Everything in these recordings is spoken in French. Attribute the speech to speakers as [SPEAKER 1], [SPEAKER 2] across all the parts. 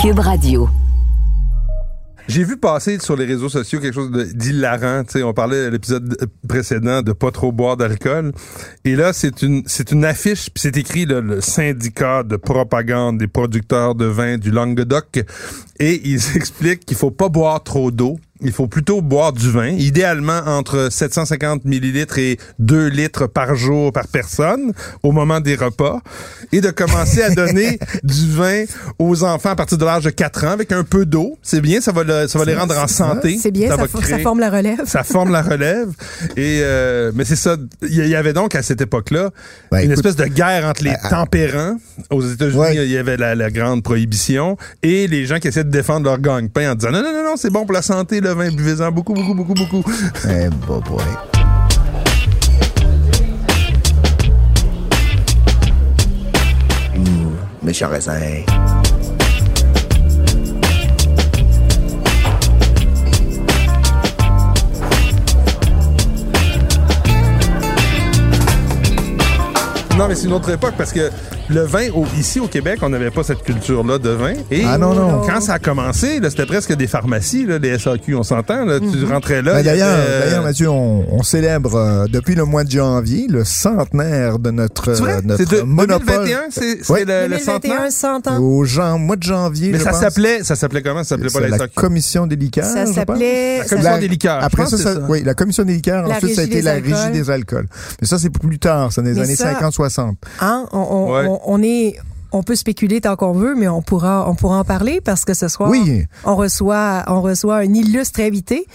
[SPEAKER 1] Cube Radio.
[SPEAKER 2] J'ai vu passer sur les réseaux sociaux quelque chose de- d'hilarant. Tu sais, on parlait à l'épisode précédent de pas trop boire d'alcool. Et là, c'est une, c'est une affiche, puis c'est écrit là, le syndicat de propagande des producteurs de vin du Languedoc. Et ils expliquent qu'il faut pas boire trop d'eau. Il faut plutôt boire du vin, idéalement entre 750 millilitres et 2 litres par jour par personne au moment des repas, et de commencer à donner du vin aux enfants à partir de l'âge de 4 ans avec un peu d'eau. C'est bien, ça va, le- ça va les rendre en santé.
[SPEAKER 3] C'est bien, ça,
[SPEAKER 2] va
[SPEAKER 3] fo- ça
[SPEAKER 2] créer-
[SPEAKER 3] forme la relève.
[SPEAKER 2] ça forme la relève. Et euh, mais c'est ça. Il y- y avait donc à cette époque-là
[SPEAKER 4] Ben,
[SPEAKER 2] une
[SPEAKER 4] écoute, ben, ah.
[SPEAKER 2] espèce de guerre entre les tempérants. Aux États-Unis, il
[SPEAKER 4] Ouais.
[SPEAKER 2] y avait la, la grande prohibition et les gens qui essaient de défendre leur gagne-pain en disant non non non non c'est bon pour la santé le vin buvez-en beaucoup beaucoup beaucoup beaucoup.
[SPEAKER 4] Eh, bah, boy. Mmh, méchant raisin.
[SPEAKER 2] Non mais c'est une autre époque parce que le vin au- ici au Québec on n'avait pas cette culture-là de vin. Et
[SPEAKER 4] Ah, non, non.
[SPEAKER 2] Quand ça a commencé là, c'était presque des pharmacies là, les SAQ on s'entend là, tu rentrais là.
[SPEAKER 4] Ben,
[SPEAKER 2] il y avait,
[SPEAKER 4] D'ailleurs,
[SPEAKER 2] euh,
[SPEAKER 4] d'ailleurs, Mathieu, on, on célèbre euh, depuis le mois de janvier le centenaire de notre,
[SPEAKER 2] c'est vrai?
[SPEAKER 4] euh, notre
[SPEAKER 2] C'est de-
[SPEAKER 4] monopole
[SPEAKER 2] 2021, c'est c'est
[SPEAKER 4] Ouais.
[SPEAKER 2] Euh, le, le centenaire.
[SPEAKER 3] 2021, 100 ans.
[SPEAKER 4] au genre, mois de janvier.
[SPEAKER 2] Mais
[SPEAKER 4] je
[SPEAKER 2] ça
[SPEAKER 4] pense.
[SPEAKER 2] s'appelait, ça s'appelait comment? Ça s'appelait pas
[SPEAKER 4] C'est
[SPEAKER 2] la
[SPEAKER 4] la
[SPEAKER 2] SAQ.
[SPEAKER 4] commission des
[SPEAKER 2] Ah,
[SPEAKER 4] liqueurs.
[SPEAKER 3] Ça
[SPEAKER 4] je pense.
[SPEAKER 3] s'appelait...
[SPEAKER 2] La commission
[SPEAKER 4] La-
[SPEAKER 2] des liqueurs.
[SPEAKER 4] Après
[SPEAKER 2] je pense
[SPEAKER 4] ça,
[SPEAKER 2] que
[SPEAKER 4] ça-
[SPEAKER 2] c'est ça.
[SPEAKER 4] oui, la commission des liqueurs.
[SPEAKER 3] La
[SPEAKER 4] ensuite, ça a
[SPEAKER 3] régie
[SPEAKER 4] été
[SPEAKER 3] des
[SPEAKER 4] la
[SPEAKER 3] alcools.
[SPEAKER 4] régie des alcools. Mais ça, c'est plus tard. C'est dans les
[SPEAKER 3] Mais
[SPEAKER 4] années
[SPEAKER 3] ça-
[SPEAKER 4] 50-60.
[SPEAKER 3] Hein, on, on-
[SPEAKER 2] Ouais.
[SPEAKER 3] on- on est... On peut spéculer tant qu'on veut, mais on pourra, on pourra en parler parce que ce soir,
[SPEAKER 4] Oui.
[SPEAKER 3] on reçoit, on reçoit un illustre invité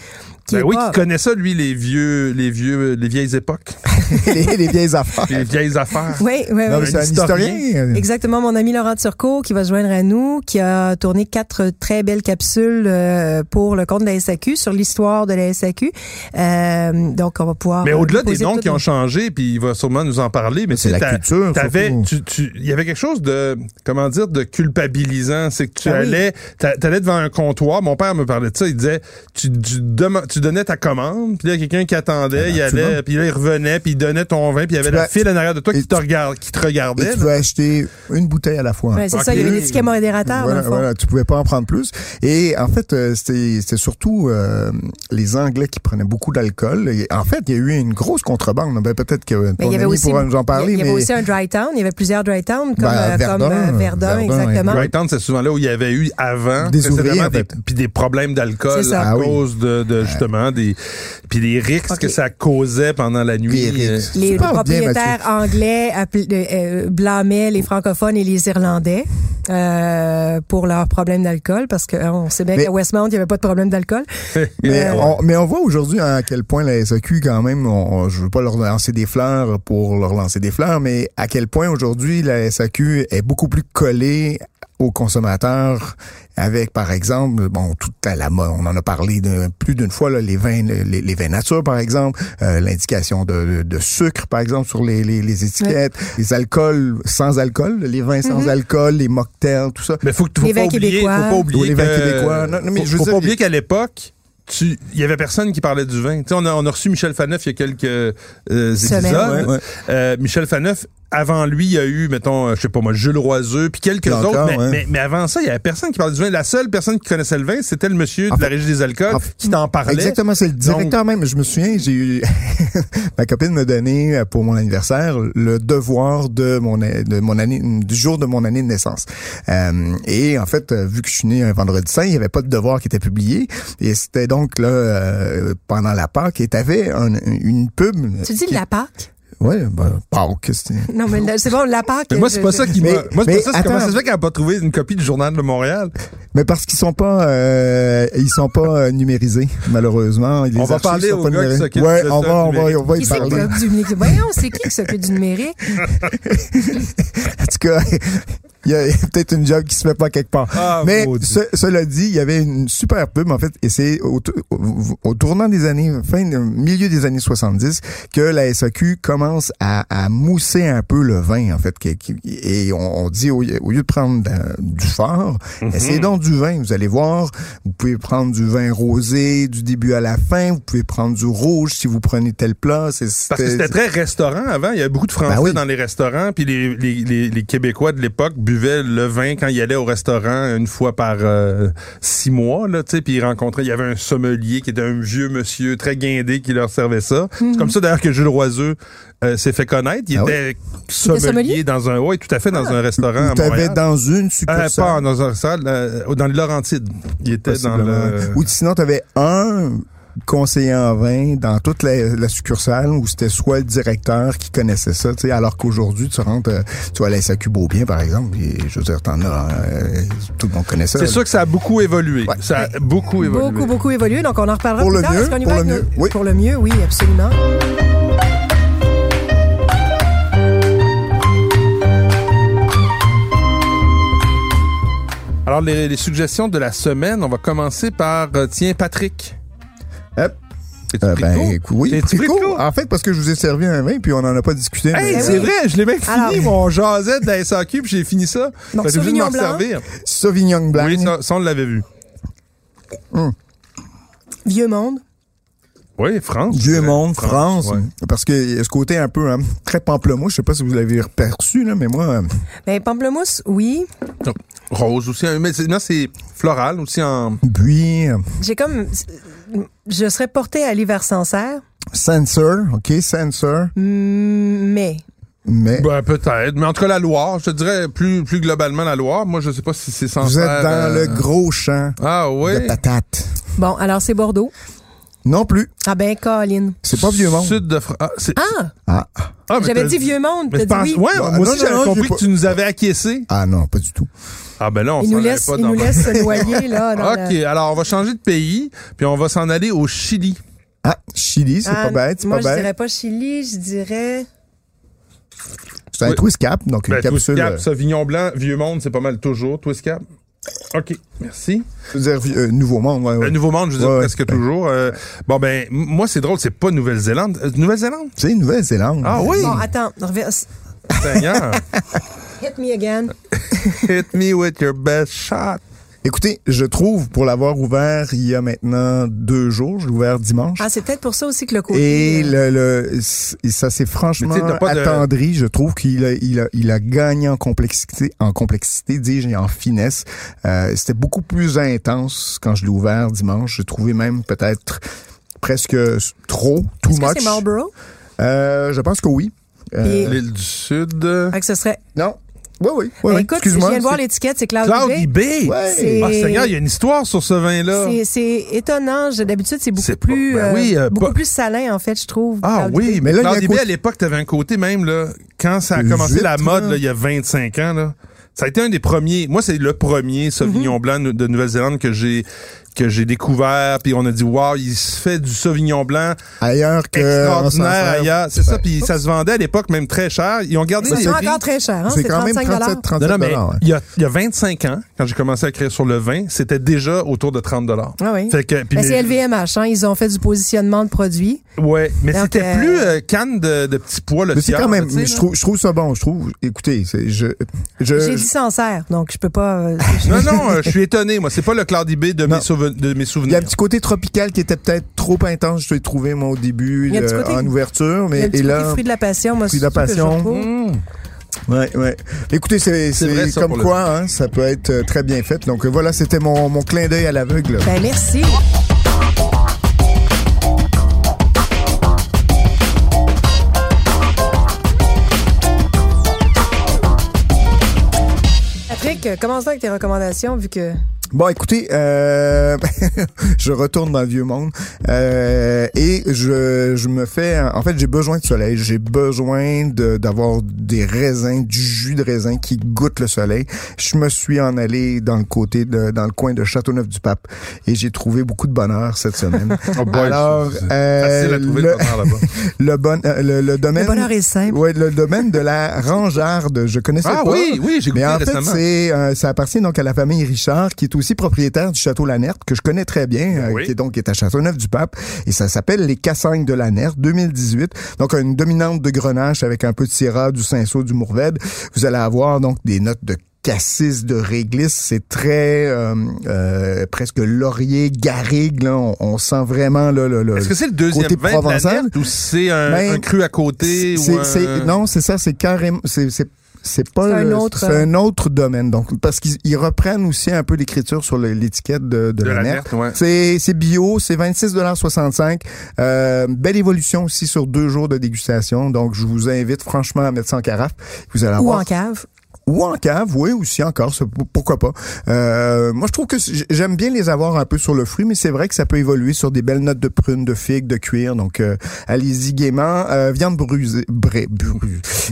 [SPEAKER 3] qui
[SPEAKER 2] Ben
[SPEAKER 3] est
[SPEAKER 2] oui,
[SPEAKER 3] pas-
[SPEAKER 2] qui connaît ça, lui, les vieux, les vieux, les vieilles époques,
[SPEAKER 4] les, les vieilles affaires.
[SPEAKER 2] les vieilles affaires.
[SPEAKER 3] Oui, oui,
[SPEAKER 4] Non,
[SPEAKER 3] oui.
[SPEAKER 4] mais c'est un
[SPEAKER 2] un historien.
[SPEAKER 4] historien.
[SPEAKER 3] Exactement, mon ami Laurent Turcot qui va se joindre à nous, qui a tourné quatre très belles capsules euh, pour le compte de la SAQ, sur l'histoire de la SAQ. Euh, donc, on va pouvoir... euh,
[SPEAKER 2] Mais au-delà des
[SPEAKER 3] poser
[SPEAKER 2] noms
[SPEAKER 3] tout
[SPEAKER 2] qui
[SPEAKER 3] nos-
[SPEAKER 2] ont changé, puis il va sûrement nous en parler, mais
[SPEAKER 4] C'est
[SPEAKER 2] tu sais,
[SPEAKER 4] la
[SPEAKER 2] t'as-
[SPEAKER 4] culture,
[SPEAKER 2] t'avais- tu-
[SPEAKER 4] surtout.
[SPEAKER 2] tu- Il y avait quelque chose de, comment dire, de culpabilisant. C'est que tu
[SPEAKER 3] Ah oui.
[SPEAKER 2] allais, t'a- t'allais devant un comptoir. Mon père me parlait de ça. Il disait, tu, tu, demandes- tu donnais ta commande, puis là, il y a quelqu'un qui attendait, il
[SPEAKER 4] absolument.
[SPEAKER 2] allait, puis là, il revenait, puis il donnait ton vin, puis il y avait
[SPEAKER 4] Tu
[SPEAKER 2] la
[SPEAKER 4] vas-
[SPEAKER 2] file en arrière de toi
[SPEAKER 4] Ben, et
[SPEAKER 2] qui te,
[SPEAKER 4] tu-
[SPEAKER 2] regarde, qui te
[SPEAKER 4] Et
[SPEAKER 2] regardait.
[SPEAKER 4] tu
[SPEAKER 2] là.
[SPEAKER 4] dois acheter une bouteille à la fois.
[SPEAKER 3] Ouais, c'est
[SPEAKER 2] Ok.
[SPEAKER 3] ça, il y avait des tickets modérateurs, dans
[SPEAKER 4] Voilà,
[SPEAKER 3] le fond.
[SPEAKER 4] voilà, tu pouvais pas en prendre plus. Et en fait, euh, c'était c'était surtout euh, les Anglais qui prenaient beaucoup d'alcool. Et En fait, il y a eu une grosse contrebande. Ben, Peut-être que
[SPEAKER 3] Mais il
[SPEAKER 4] ton
[SPEAKER 3] y avait
[SPEAKER 4] ami
[SPEAKER 3] aussi,
[SPEAKER 4] pourra nous en parler.
[SPEAKER 3] il y avait
[SPEAKER 4] mais
[SPEAKER 3] aussi un dry town, il y avait plusieurs dry towns comme,
[SPEAKER 4] Ben,
[SPEAKER 3] euh,
[SPEAKER 4] Verdun,
[SPEAKER 3] comme, euh, Verdun,
[SPEAKER 4] Verdun,
[SPEAKER 3] exactement.
[SPEAKER 4] ouais.
[SPEAKER 2] Right Town, c'est souvent là où il y avait eu avant
[SPEAKER 4] Des
[SPEAKER 2] précédemment,
[SPEAKER 4] ouvriers, en
[SPEAKER 2] des-
[SPEAKER 4] fait.
[SPEAKER 2] puis des problèmes
[SPEAKER 3] C'est
[SPEAKER 2] d'alcool
[SPEAKER 3] ça.
[SPEAKER 2] à
[SPEAKER 4] Ah oui.
[SPEAKER 2] cause de, de, justement des puis des risques
[SPEAKER 3] Ok.
[SPEAKER 2] que ça causait pendant la nuit.
[SPEAKER 4] Les
[SPEAKER 2] Euh,
[SPEAKER 4] risques.
[SPEAKER 3] Les
[SPEAKER 4] Tu parles bien,
[SPEAKER 3] propriétaires
[SPEAKER 4] Mathieu.
[SPEAKER 3] anglais appel- euh, euh, blâmaient les francophones et les Irlandais euh, pour leurs problèmes d'alcool, parce qu'on sait bien
[SPEAKER 4] Mais-
[SPEAKER 3] qu'à Westmount, il n'y avait pas de problème d'alcool.
[SPEAKER 4] Mais,
[SPEAKER 3] Euh,
[SPEAKER 4] on, mais on voit aujourd'hui à quel point la SAQ, quand même, on, on- je veux pas leur lancer des fleurs pour leur lancer des fleurs, mais à quel point aujourd'hui la SAQ est beaucoup plus collée aux consommateurs avec, par exemple, bon, tout à la mode, on en a parlé de, plus d'une fois, là, les vins, les, les vins nature, par exemple, euh, l'indication de, de sucre, par exemple, sur les, les, les étiquettes, les alcools sans alcool, les vins sans alcool, les mocktails, tout ça.
[SPEAKER 2] Mais faut que faut
[SPEAKER 3] Les
[SPEAKER 2] pas
[SPEAKER 3] vins
[SPEAKER 2] oublier, faut
[SPEAKER 3] québécois.
[SPEAKER 2] pas oublier
[SPEAKER 4] Ou les vins
[SPEAKER 2] que-
[SPEAKER 4] québécois. Non, non, mais
[SPEAKER 2] faut,
[SPEAKER 4] je veux
[SPEAKER 2] faut
[SPEAKER 4] dire,
[SPEAKER 2] pas oublier qu'à l'époque tu- il y avait personne qui parlait du vin. Tu sais, on, a, on a reçu Michel Faneuf il y a quelques euh, épisodes.
[SPEAKER 3] Semaine.
[SPEAKER 4] Ouais, ouais.
[SPEAKER 2] Euh, Michel Faneuf, avant lui, il y a eu, mettons, euh, je sais pas moi, Jules Roiseux, puis quelques
[SPEAKER 4] Puis
[SPEAKER 2] autres.
[SPEAKER 4] encore,
[SPEAKER 2] mais,
[SPEAKER 4] ouais.
[SPEAKER 2] mais- mais avant ça, il y avait personne qui parlait du vin. La seule personne qui connaissait le vin, c'était le monsieur
[SPEAKER 4] En
[SPEAKER 2] de la
[SPEAKER 4] fait-
[SPEAKER 2] Régie des alcools
[SPEAKER 4] en fait-
[SPEAKER 2] qui t'en parlait.
[SPEAKER 4] Exactement, c'est le directeur même. Je me souviens, j'ai eu ma copine me donnait euh, pour mon anniversaire le devoir de mon a- de mon année du jour de mon année de naissance. Euh, et en fait, euh, vu que je suis né un vendredi saint, il y avait pas de devoir qui était publié et c'était donc là euh, pendant la Pâque et t'avais un- une pub.
[SPEAKER 3] Tu dis de la Pâque?
[SPEAKER 4] Ouais, ben, Pâques. c'était-
[SPEAKER 3] Non, mais là, c'est bon, la Pâque.
[SPEAKER 2] Mais moi, c'est
[SPEAKER 3] je-
[SPEAKER 2] pas
[SPEAKER 3] je-
[SPEAKER 2] ça qui
[SPEAKER 4] Mais-
[SPEAKER 2] m'a. Moi, c'est
[SPEAKER 4] mais
[SPEAKER 2] pas ça. c'est Comment
[SPEAKER 4] attends.
[SPEAKER 2] ça se fait qu'elle n'a pas trouvé une copie du Journal de Montréal?
[SPEAKER 4] Mais parce qu'ils sont pas euh, ils sont pas euh, numérisés malheureusement. Les
[SPEAKER 2] On va
[SPEAKER 4] archives
[SPEAKER 2] parler
[SPEAKER 4] sont
[SPEAKER 2] au
[SPEAKER 4] pas
[SPEAKER 2] gars qui
[SPEAKER 4] numérisées.
[SPEAKER 2] s'occupe
[SPEAKER 4] Ouais,
[SPEAKER 2] de
[SPEAKER 4] on
[SPEAKER 2] ça,
[SPEAKER 4] va on va on va y
[SPEAKER 3] Qui c'est qui
[SPEAKER 4] parler.
[SPEAKER 3] s'occupe du numérique? Voyons, c'est qui qui s'occupe du numérique?
[SPEAKER 4] En tout cas, il y a peut-être une job qui se fait pas quelque part.
[SPEAKER 2] Ah,
[SPEAKER 4] Mais
[SPEAKER 2] maudit.
[SPEAKER 4] ce- cela dit, il y avait une super pub, en fait, et c'est au, tou- au- au tournant des années, fin, milieu des années 70, que la SAQ commence à, à mousser un peu le vin, en fait. qui- qui- et on, on dit, au, au lieu de prendre euh, du fort,
[SPEAKER 2] Mhm.
[SPEAKER 4] essayez donc du vin. Vous allez voir, vous pouvez prendre du vin rosé du début à la fin, vous pouvez prendre du rouge si vous prenez tel plat. C'est-
[SPEAKER 2] Parce que c'était très restaurant avant. Il y avait beaucoup de Français
[SPEAKER 4] Ben oui.
[SPEAKER 2] dans les restaurants, puis les, les, les, les Québécois de l'époque bu- buvait le vin quand il allait au restaurant une fois par euh, six mois, là, tu sais, puis il rencontrait, il y avait un sommelier qui était un vieux monsieur très guindé qui leur servait ça. C'est comme ça d'ailleurs que Jules Roiseux euh, s'est fait connaître. Il
[SPEAKER 4] Mhm. Ah
[SPEAKER 2] était sommelier,
[SPEAKER 3] sommelier?
[SPEAKER 2] dans un, oui, tout à fait, dans un restaurant à
[SPEAKER 4] Tu avais
[SPEAKER 2] Montréal.
[SPEAKER 4] Ah. dans une
[SPEAKER 2] Euh,
[SPEAKER 4] succursale.
[SPEAKER 2] pas dans un restaurant, euh, dans le Laurentide. Il était dans le...
[SPEAKER 4] Ou sinon, tu avais un conseiller en vin dans toute la, la succursale où c'était soit le directeur qui connaissait ça, tu sais, alors qu'aujourd'hui, tu rentres, euh, tu vas à la SAQ Beaubien, par exemple, et je veux dire, t'en as, euh, tout le monde connaît ça.
[SPEAKER 2] C'est sûr que ça a beaucoup évolué.
[SPEAKER 4] Ouais.
[SPEAKER 2] Ça a beaucoup évolué.
[SPEAKER 3] Beaucoup, beaucoup évolué. Donc, on en reparlera
[SPEAKER 4] Pour
[SPEAKER 3] plus
[SPEAKER 4] le
[SPEAKER 3] tard.
[SPEAKER 4] mieux,
[SPEAKER 3] Est-ce qu'on y
[SPEAKER 4] pour
[SPEAKER 3] va
[SPEAKER 4] le
[SPEAKER 3] avec
[SPEAKER 4] mieux,
[SPEAKER 3] nos-
[SPEAKER 4] oui.
[SPEAKER 3] Pour le mieux, oui, absolument.
[SPEAKER 2] Alors, les, les suggestions de la semaine, on va commencer par, euh, tiens, Patrick.
[SPEAKER 4] Hop.
[SPEAKER 2] T'es-tu
[SPEAKER 4] Euh,
[SPEAKER 2] pris de
[SPEAKER 4] ben,
[SPEAKER 2] court?
[SPEAKER 4] écou- oui,
[SPEAKER 2] T'es-tu pris de
[SPEAKER 4] Prico.
[SPEAKER 2] court?
[SPEAKER 4] En fait, parce que je vous ai servi un vin, puis on en a pas discuté.
[SPEAKER 2] Hey,
[SPEAKER 4] mais,
[SPEAKER 2] c'est
[SPEAKER 4] euh,
[SPEAKER 2] vrai, je l'ai même
[SPEAKER 3] Alors-
[SPEAKER 2] fini, mon jasette de la SAQ, puis j'ai fini ça.
[SPEAKER 3] Donc,
[SPEAKER 2] Fait que j'ai obligé de
[SPEAKER 3] Sauvignon
[SPEAKER 2] m'en
[SPEAKER 3] blanc.
[SPEAKER 2] servir.
[SPEAKER 4] Sauvignon Blanc.
[SPEAKER 2] Oui, ça, ça, on l'avait vu.
[SPEAKER 3] Vieux monde.
[SPEAKER 2] Oui, France.
[SPEAKER 4] Vieux monde, France.
[SPEAKER 2] ouais.
[SPEAKER 4] Parce que il y a ce côté un peu hein, très pamplemousse, je sais pas si vous l'avez reperçu, là, mais moi, euh,
[SPEAKER 3] Ben, pamplemousse, oui.
[SPEAKER 2] Rose aussi. hein, Mais c'est- non, c'est floral aussi en...
[SPEAKER 4] buis, euh,
[SPEAKER 3] J'ai comme. Je serais portée à aller vers Sancerre,
[SPEAKER 4] censor, OK, censor,
[SPEAKER 3] mais.
[SPEAKER 4] mais
[SPEAKER 2] Ben, peut-être. Mais en tout cas, la Loire, je te dirais plus, plus globalement la Loire. Moi, je sais pas si c'est sans
[SPEAKER 4] vous êtes
[SPEAKER 2] faire,
[SPEAKER 4] dans
[SPEAKER 2] euh,
[SPEAKER 4] le gros champ
[SPEAKER 2] Ah oui.
[SPEAKER 4] de patates.
[SPEAKER 3] Bon, alors, c'est Bordeaux.
[SPEAKER 4] Non plus.
[SPEAKER 3] Ah, ben, Colline.
[SPEAKER 4] C'est pas vieux monde.
[SPEAKER 2] Sud de France. Ah, c'est-
[SPEAKER 3] Ah!
[SPEAKER 4] Ah,
[SPEAKER 2] ah, mais
[SPEAKER 3] J'avais
[SPEAKER 2] t'as-
[SPEAKER 3] dit vieux monde.
[SPEAKER 2] Mais
[SPEAKER 3] T'as
[SPEAKER 2] je pense,
[SPEAKER 3] dit oui.
[SPEAKER 2] ouais, moi
[SPEAKER 4] Bah, non,
[SPEAKER 2] aussi
[SPEAKER 4] non,
[SPEAKER 2] j'avais
[SPEAKER 4] non,
[SPEAKER 2] compris
[SPEAKER 4] j'ai
[SPEAKER 2] que
[SPEAKER 4] pas-
[SPEAKER 2] tu nous avais acquiescé.
[SPEAKER 4] ah non, pas du tout.
[SPEAKER 2] Ah ben là, on
[SPEAKER 3] Il nous
[SPEAKER 2] s'en allait
[SPEAKER 3] laisse,
[SPEAKER 2] pas
[SPEAKER 3] il
[SPEAKER 2] dans-
[SPEAKER 3] nous laisse se noyer, là. Dans
[SPEAKER 2] Ok,
[SPEAKER 3] la-
[SPEAKER 2] alors on va changer de pays, puis on va s'en aller au Chili.
[SPEAKER 4] Ah, Chili, c'est
[SPEAKER 3] Ah,
[SPEAKER 4] pas bête, c'est
[SPEAKER 3] Moi,
[SPEAKER 4] pas
[SPEAKER 3] je
[SPEAKER 4] bête.
[SPEAKER 3] dirais pas Chili, je dirais.
[SPEAKER 4] C'est un
[SPEAKER 2] Oui.
[SPEAKER 4] twist cap, donc une
[SPEAKER 2] Ben, Twist
[SPEAKER 4] capsule.
[SPEAKER 2] Cap,
[SPEAKER 4] euh,
[SPEAKER 2] Sauvignon Blanc, Vieux Monde, c'est pas mal toujours, Twist Cap. OK, merci.
[SPEAKER 4] Je veux dire, euh, nouveau monde, ouais, ouais.
[SPEAKER 2] Euh, Nouveau Monde, je vous dis
[SPEAKER 4] Ouais, ouais.
[SPEAKER 2] presque toujours. Euh, bon, ben, m- moi, c'est drôle, c'est pas Nouvelle-Zélande. Euh, Nouvelle-Zélande?
[SPEAKER 4] C'est Nouvelle-Zélande.
[SPEAKER 2] Ah oui!
[SPEAKER 3] Bon, attends, reverse.
[SPEAKER 2] Seigneur!
[SPEAKER 3] Hit me again.
[SPEAKER 2] Hit me with your best shot.
[SPEAKER 4] Écoutez, je trouve, pour l'avoir ouvert il y a maintenant deux jours, je l'ai ouvert dimanche.
[SPEAKER 3] Ah, c'est peut-être pour ça aussi que le côté.
[SPEAKER 4] Et
[SPEAKER 3] euh,
[SPEAKER 4] le, le- c- ça s'est franchement
[SPEAKER 2] Mais tu sais, t'as pas de-
[SPEAKER 4] attendri. Je trouve qu'il a, il a, il a gagné en complexité, en complexité, dis-je, et en finesse. Euh, C'était beaucoup plus intense quand je l'ai ouvert dimanche. J'ai trouvé même peut-être presque trop, too
[SPEAKER 3] Est-ce que
[SPEAKER 4] much.
[SPEAKER 3] c'est Marlboro?
[SPEAKER 4] Euh, je pense que oui. Euh,
[SPEAKER 3] Puis-
[SPEAKER 2] L'île du Sud.
[SPEAKER 3] Fait Ah, que ce serait.
[SPEAKER 4] Non. Oui, oui. oui,
[SPEAKER 3] Ben,
[SPEAKER 4] oui.
[SPEAKER 3] écoute, je
[SPEAKER 4] Excuse-moi.
[SPEAKER 3] viens de voir l'étiquette, c'est Cloud,
[SPEAKER 2] Cloudy
[SPEAKER 3] Bay.
[SPEAKER 2] Bay!
[SPEAKER 4] Ouais.
[SPEAKER 3] C'est-
[SPEAKER 2] Ah, Seigneur, il y a une histoire sur ce vin-là.
[SPEAKER 3] C'est- C'est étonnant. Je- D'habitude, c'est beaucoup
[SPEAKER 2] C'est pas-
[SPEAKER 3] plus,
[SPEAKER 2] ben oui, euh,
[SPEAKER 3] beaucoup
[SPEAKER 2] pas-
[SPEAKER 3] plus salin, en fait, je trouve.
[SPEAKER 2] Ah
[SPEAKER 3] Cloud
[SPEAKER 2] oui,
[SPEAKER 3] Bay.
[SPEAKER 2] mais
[SPEAKER 4] Mais là,
[SPEAKER 2] là,
[SPEAKER 4] il y a un côté-
[SPEAKER 2] à l'époque, t'avais un côté même, là, quand ça a commencé
[SPEAKER 4] Zut,
[SPEAKER 2] la mode,
[SPEAKER 4] là.
[SPEAKER 2] là, il y a 25 ans, là, ça a été un des premiers. Moi, c'est le premier
[SPEAKER 3] Mhm.
[SPEAKER 2] Sauvignon Blanc nou- de Nouvelle-Zélande que j'ai que j'ai découvert, puis on a dit, waouh, il se fait du Sauvignon Blanc
[SPEAKER 4] Ailleurs que. en Euh, s'en
[SPEAKER 2] extraordinaire
[SPEAKER 4] sert.
[SPEAKER 2] ailleurs. C'est ça,
[SPEAKER 4] Ouais.
[SPEAKER 2] puis ça se vendait à l'époque même très cher. Ils ont gardé
[SPEAKER 3] Ça,
[SPEAKER 2] les
[SPEAKER 3] c'est
[SPEAKER 2] billes.
[SPEAKER 3] encore très cher, hein?
[SPEAKER 4] C'est quand même
[SPEAKER 3] 35
[SPEAKER 4] 37, 37
[SPEAKER 2] Non, non, mais
[SPEAKER 4] dollars, ouais.
[SPEAKER 2] il y, a, il y a 25 ans, quand j'ai commencé à écrire sur le vin, c'était déjà autour de 30
[SPEAKER 3] Ah oui.
[SPEAKER 2] Fait que, puis
[SPEAKER 3] Ben,
[SPEAKER 2] les-
[SPEAKER 3] c'est LVMH, hein? Ils ont fait du positionnement de produits.
[SPEAKER 2] Ouais, mais
[SPEAKER 3] Donc,
[SPEAKER 2] c'était
[SPEAKER 3] euh,
[SPEAKER 2] plus euh, canne de, de petits pois, le
[SPEAKER 4] Mais c'est
[SPEAKER 2] tiers,
[SPEAKER 4] quand même,
[SPEAKER 2] tu sais,
[SPEAKER 4] je
[SPEAKER 2] là.
[SPEAKER 4] trouve, je trouve ça bon. Je trouve, écoutez, c'est- je, je,
[SPEAKER 2] Euh,
[SPEAKER 3] J'ai dit Sancerre, donc je peux pas. euh,
[SPEAKER 2] Non, non, euh, je suis étonné, moi. C'est pas le Cloudy Bay de,
[SPEAKER 4] Non.
[SPEAKER 2] mes, souve- de mes
[SPEAKER 4] Il y a
[SPEAKER 2] souvenirs.
[SPEAKER 4] un petit côté tropical qui était peut-être trop intense, je l'ai trouvé moi au début,
[SPEAKER 3] Il y a un
[SPEAKER 4] le-
[SPEAKER 3] petit côté-
[SPEAKER 4] en ouverture,
[SPEAKER 3] le
[SPEAKER 4] mais
[SPEAKER 3] petit
[SPEAKER 4] et
[SPEAKER 3] côté
[SPEAKER 4] là,
[SPEAKER 3] fruit de la passion, moi,
[SPEAKER 4] fruit de la
[SPEAKER 3] c'est ça que je
[SPEAKER 4] passion.
[SPEAKER 3] retrouve.
[SPEAKER 2] Mm.
[SPEAKER 4] ouais, ouais. Écoutez, c'est
[SPEAKER 2] C'est
[SPEAKER 4] c'est
[SPEAKER 2] vrai, ça, pour
[SPEAKER 4] comme
[SPEAKER 2] le
[SPEAKER 4] quoi, hein, ça peut être euh, très bien fait. Donc euh, voilà, c'était mon, mon clin d'œil à l'aveugle.
[SPEAKER 3] Ben, merci. Patrick, euh, commence donc avec tes recommandations, vu que.
[SPEAKER 4] Bon, écoutez, euh, je retourne dans le vieux monde euh, et je, je me fais... En fait, j'ai besoin de soleil. J'ai besoin de- d'avoir des raisins, du jus de raisin qui goûte le soleil. Je me suis en allé dans le côté, de, dans le coin de Châteauneuf-du-Pape et j'ai trouvé beaucoup de bonheur cette semaine.
[SPEAKER 2] Oh boy,
[SPEAKER 4] Alors,
[SPEAKER 2] c'est- c'est
[SPEAKER 4] euh,
[SPEAKER 2] facile à trouver le
[SPEAKER 4] le-
[SPEAKER 2] bonheur là-bas.
[SPEAKER 4] le, bon, euh, le, le domaine...
[SPEAKER 3] Le bonheur est simple.
[SPEAKER 4] Ouais, le domaine de la rangarde, je connaissais
[SPEAKER 2] Ah
[SPEAKER 4] pas.
[SPEAKER 2] oui, oui, j'ai goûté
[SPEAKER 4] Mais en fait,
[SPEAKER 2] récemment.
[SPEAKER 4] c'est, euh, ça appartient donc à la famille Richard, qui est aussi propriétaire du château Lanerte, que je connais très bien, euh,
[SPEAKER 2] Oui.
[SPEAKER 4] qui est donc est à Châteauneuf-du-Pape, et ça s'appelle les Cassagnes de Lanerte 2018. Donc une dominante de grenache avec un peu de syrah, du cinceau, du mourvèdre. Vous allez avoir donc des notes de cassis de réglisse, c'est très euh, euh, presque laurier, garrigue. Là, on, on sent vraiment là, le, le-
[SPEAKER 2] Est-ce que c'est le deuxième
[SPEAKER 4] euh, côté
[SPEAKER 2] vin de la
[SPEAKER 4] provençal?
[SPEAKER 2] Nerte ou c'est un,
[SPEAKER 4] Ben,
[SPEAKER 2] un cru à côté?
[SPEAKER 4] c'est-
[SPEAKER 2] ou un-
[SPEAKER 4] c'est- non, c'est ça, c'est carrément, c'est, c'est- c'est pas
[SPEAKER 3] C'est un
[SPEAKER 4] le-
[SPEAKER 3] autre- euh,
[SPEAKER 4] c'est un autre domaine. Donc, parce qu'ils ils reprennent aussi un peu l'écriture sur le- l'étiquette de,
[SPEAKER 2] De
[SPEAKER 4] de, la
[SPEAKER 2] la
[SPEAKER 4] merde.
[SPEAKER 2] merde, ouais.
[SPEAKER 4] C'est c'est bio, c'est 26,65 euh, Belle évolution aussi sur deux jours de dégustation. Donc, je vous invite franchement à mettre ça en carafe. Vous allez
[SPEAKER 3] Ou
[SPEAKER 4] avoir
[SPEAKER 3] en cave.
[SPEAKER 4] ou en cave, oui, aussi encore, ça, p- pourquoi pas. Euh, moi, je trouve que c- j'aime bien les avoir un peu sur le fruit, mais c'est vrai que ça peut évoluer sur des belles notes de prune, de figue, de cuir. Donc, euh, allez-y gaiement. Euh, viande brusée, bré, bru-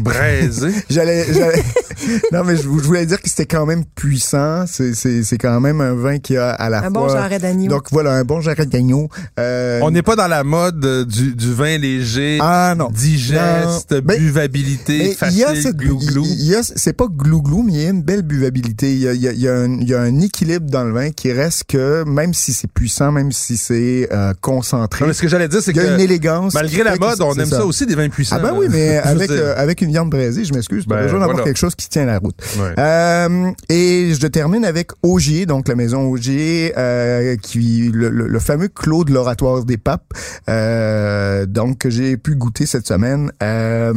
[SPEAKER 2] Braisé.
[SPEAKER 4] J'allais, j'allais- non, mais je, vous- je voulais dire que c'était quand même puissant. C'est, c'est, c'est quand même un vin qui a à la
[SPEAKER 3] Un
[SPEAKER 4] fois.
[SPEAKER 3] bon jarret d'agneau.
[SPEAKER 4] donc voilà, un bon jarret d'agneau. Euh,
[SPEAKER 2] On n'est pas dans la mode euh, du, du vin léger,
[SPEAKER 4] ah non.
[SPEAKER 2] digeste,
[SPEAKER 4] Non. Ben,
[SPEAKER 2] buvabilité,
[SPEAKER 4] Mais il y a
[SPEAKER 2] facile,
[SPEAKER 4] cette
[SPEAKER 2] glou-glou.
[SPEAKER 4] il y a- c'est pas glouglou, mais il y a une belle buvabilité. Il y a, il y a- il y a un, il y a un équilibre dans le vin qui reste que même si c'est puissant, même si c'est euh, concentré,
[SPEAKER 2] Non, mais ce que j'allais dire, c'est
[SPEAKER 4] il y a une
[SPEAKER 2] que
[SPEAKER 4] élégance. qui
[SPEAKER 2] malgré
[SPEAKER 4] fait
[SPEAKER 2] la
[SPEAKER 4] que
[SPEAKER 2] mode, on
[SPEAKER 4] c'est
[SPEAKER 2] aime ça. aussi, des vins puissants.
[SPEAKER 4] Ah ben oui,
[SPEAKER 2] là.
[SPEAKER 4] mais
[SPEAKER 2] Je
[SPEAKER 4] avec
[SPEAKER 2] veux dire.
[SPEAKER 4] euh, avec une viande braisée, je m'excuse,
[SPEAKER 2] Ben,
[SPEAKER 4] t'as besoin d'avoir
[SPEAKER 2] voilà.
[SPEAKER 4] quelque chose qui tient la route.
[SPEAKER 2] Ouais.
[SPEAKER 4] Euh, et je termine avec Augier, donc la maison Augier, euh, qui le, le- le fameux clos de l'oratoire des papes, euh, donc que j'ai pu goûter cette semaine. Euh,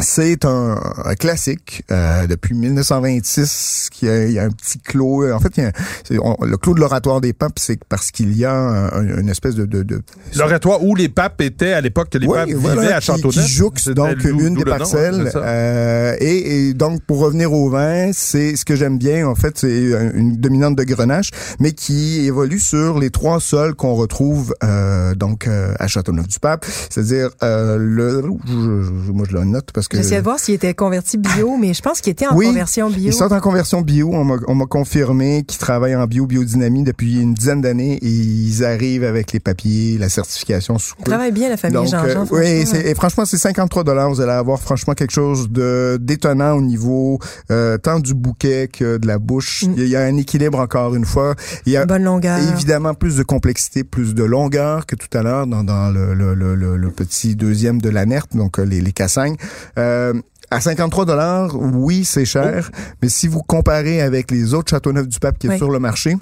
[SPEAKER 4] c'est un, un classique euh, depuis 1926 qui a, il y a un petit clos. En fait, il y a un- c'est- on- le clos de l'oratoire des papes, c'est parce qu'il y a un- une espèce de, de- de-
[SPEAKER 2] L'oratoire où les papes étaient à l'époque que les
[SPEAKER 4] oui,
[SPEAKER 2] papes
[SPEAKER 4] voilà,
[SPEAKER 2] vivaient à
[SPEAKER 4] qui-
[SPEAKER 2] Châteauneuf.
[SPEAKER 4] Qui jouxte
[SPEAKER 2] C'était
[SPEAKER 4] donc
[SPEAKER 2] d'où-
[SPEAKER 4] une
[SPEAKER 2] d'où
[SPEAKER 4] des
[SPEAKER 2] le nom, hein,
[SPEAKER 4] parcelles.
[SPEAKER 2] c'est ça.
[SPEAKER 4] Euh, et, et donc, pour revenir au vin, c'est ce que j'aime bien, en fait, c'est un- une dominante de Grenache, mais qui évolue sur les trois sols qu'on retrouve euh, donc euh, à Châteauneuf-du-Pape. C'est-à-dire, euh, le... je- je- moi, je le note parce que...
[SPEAKER 3] J'essayais de voir s'il était converti bio, mais je pense qu'il était en
[SPEAKER 4] euh, Oui,
[SPEAKER 3] conversion bio.
[SPEAKER 4] Ils sont en conversion bio. On m'a- on m'a confirmé qu'ils travaillent en bio, biodynamie depuis une dizaine d'années et ils arrivent avec les papiers, la certification sous
[SPEAKER 3] Il
[SPEAKER 4] peu.
[SPEAKER 3] travaille bien la famille
[SPEAKER 4] Donc,
[SPEAKER 3] Jean-Jean. hein?
[SPEAKER 4] euh,
[SPEAKER 3] franchement.
[SPEAKER 4] oui, c'est- et franchement, c'est 53 dollars. Vous allez avoir franchement quelque chose de détonnant au niveau euh, tant du bouquet que de la bouche.
[SPEAKER 3] Mm.
[SPEAKER 4] Il y, a- il y a un équilibre encore une fois. Il y a
[SPEAKER 3] euh, Bonne longueur.
[SPEAKER 4] euh, évidemment plus de complexité, plus de longueur que tout à l'heure dans, dans le, le- le- le- le petit deuxième de la NERP, donc euh, les, les cassagnes. Euh, à 53 dollars, oui, c'est cher, mais si vous comparez avec les autres Châteauneuf du Pape qui
[SPEAKER 3] Oh. Oui.
[SPEAKER 4] est sur le marché,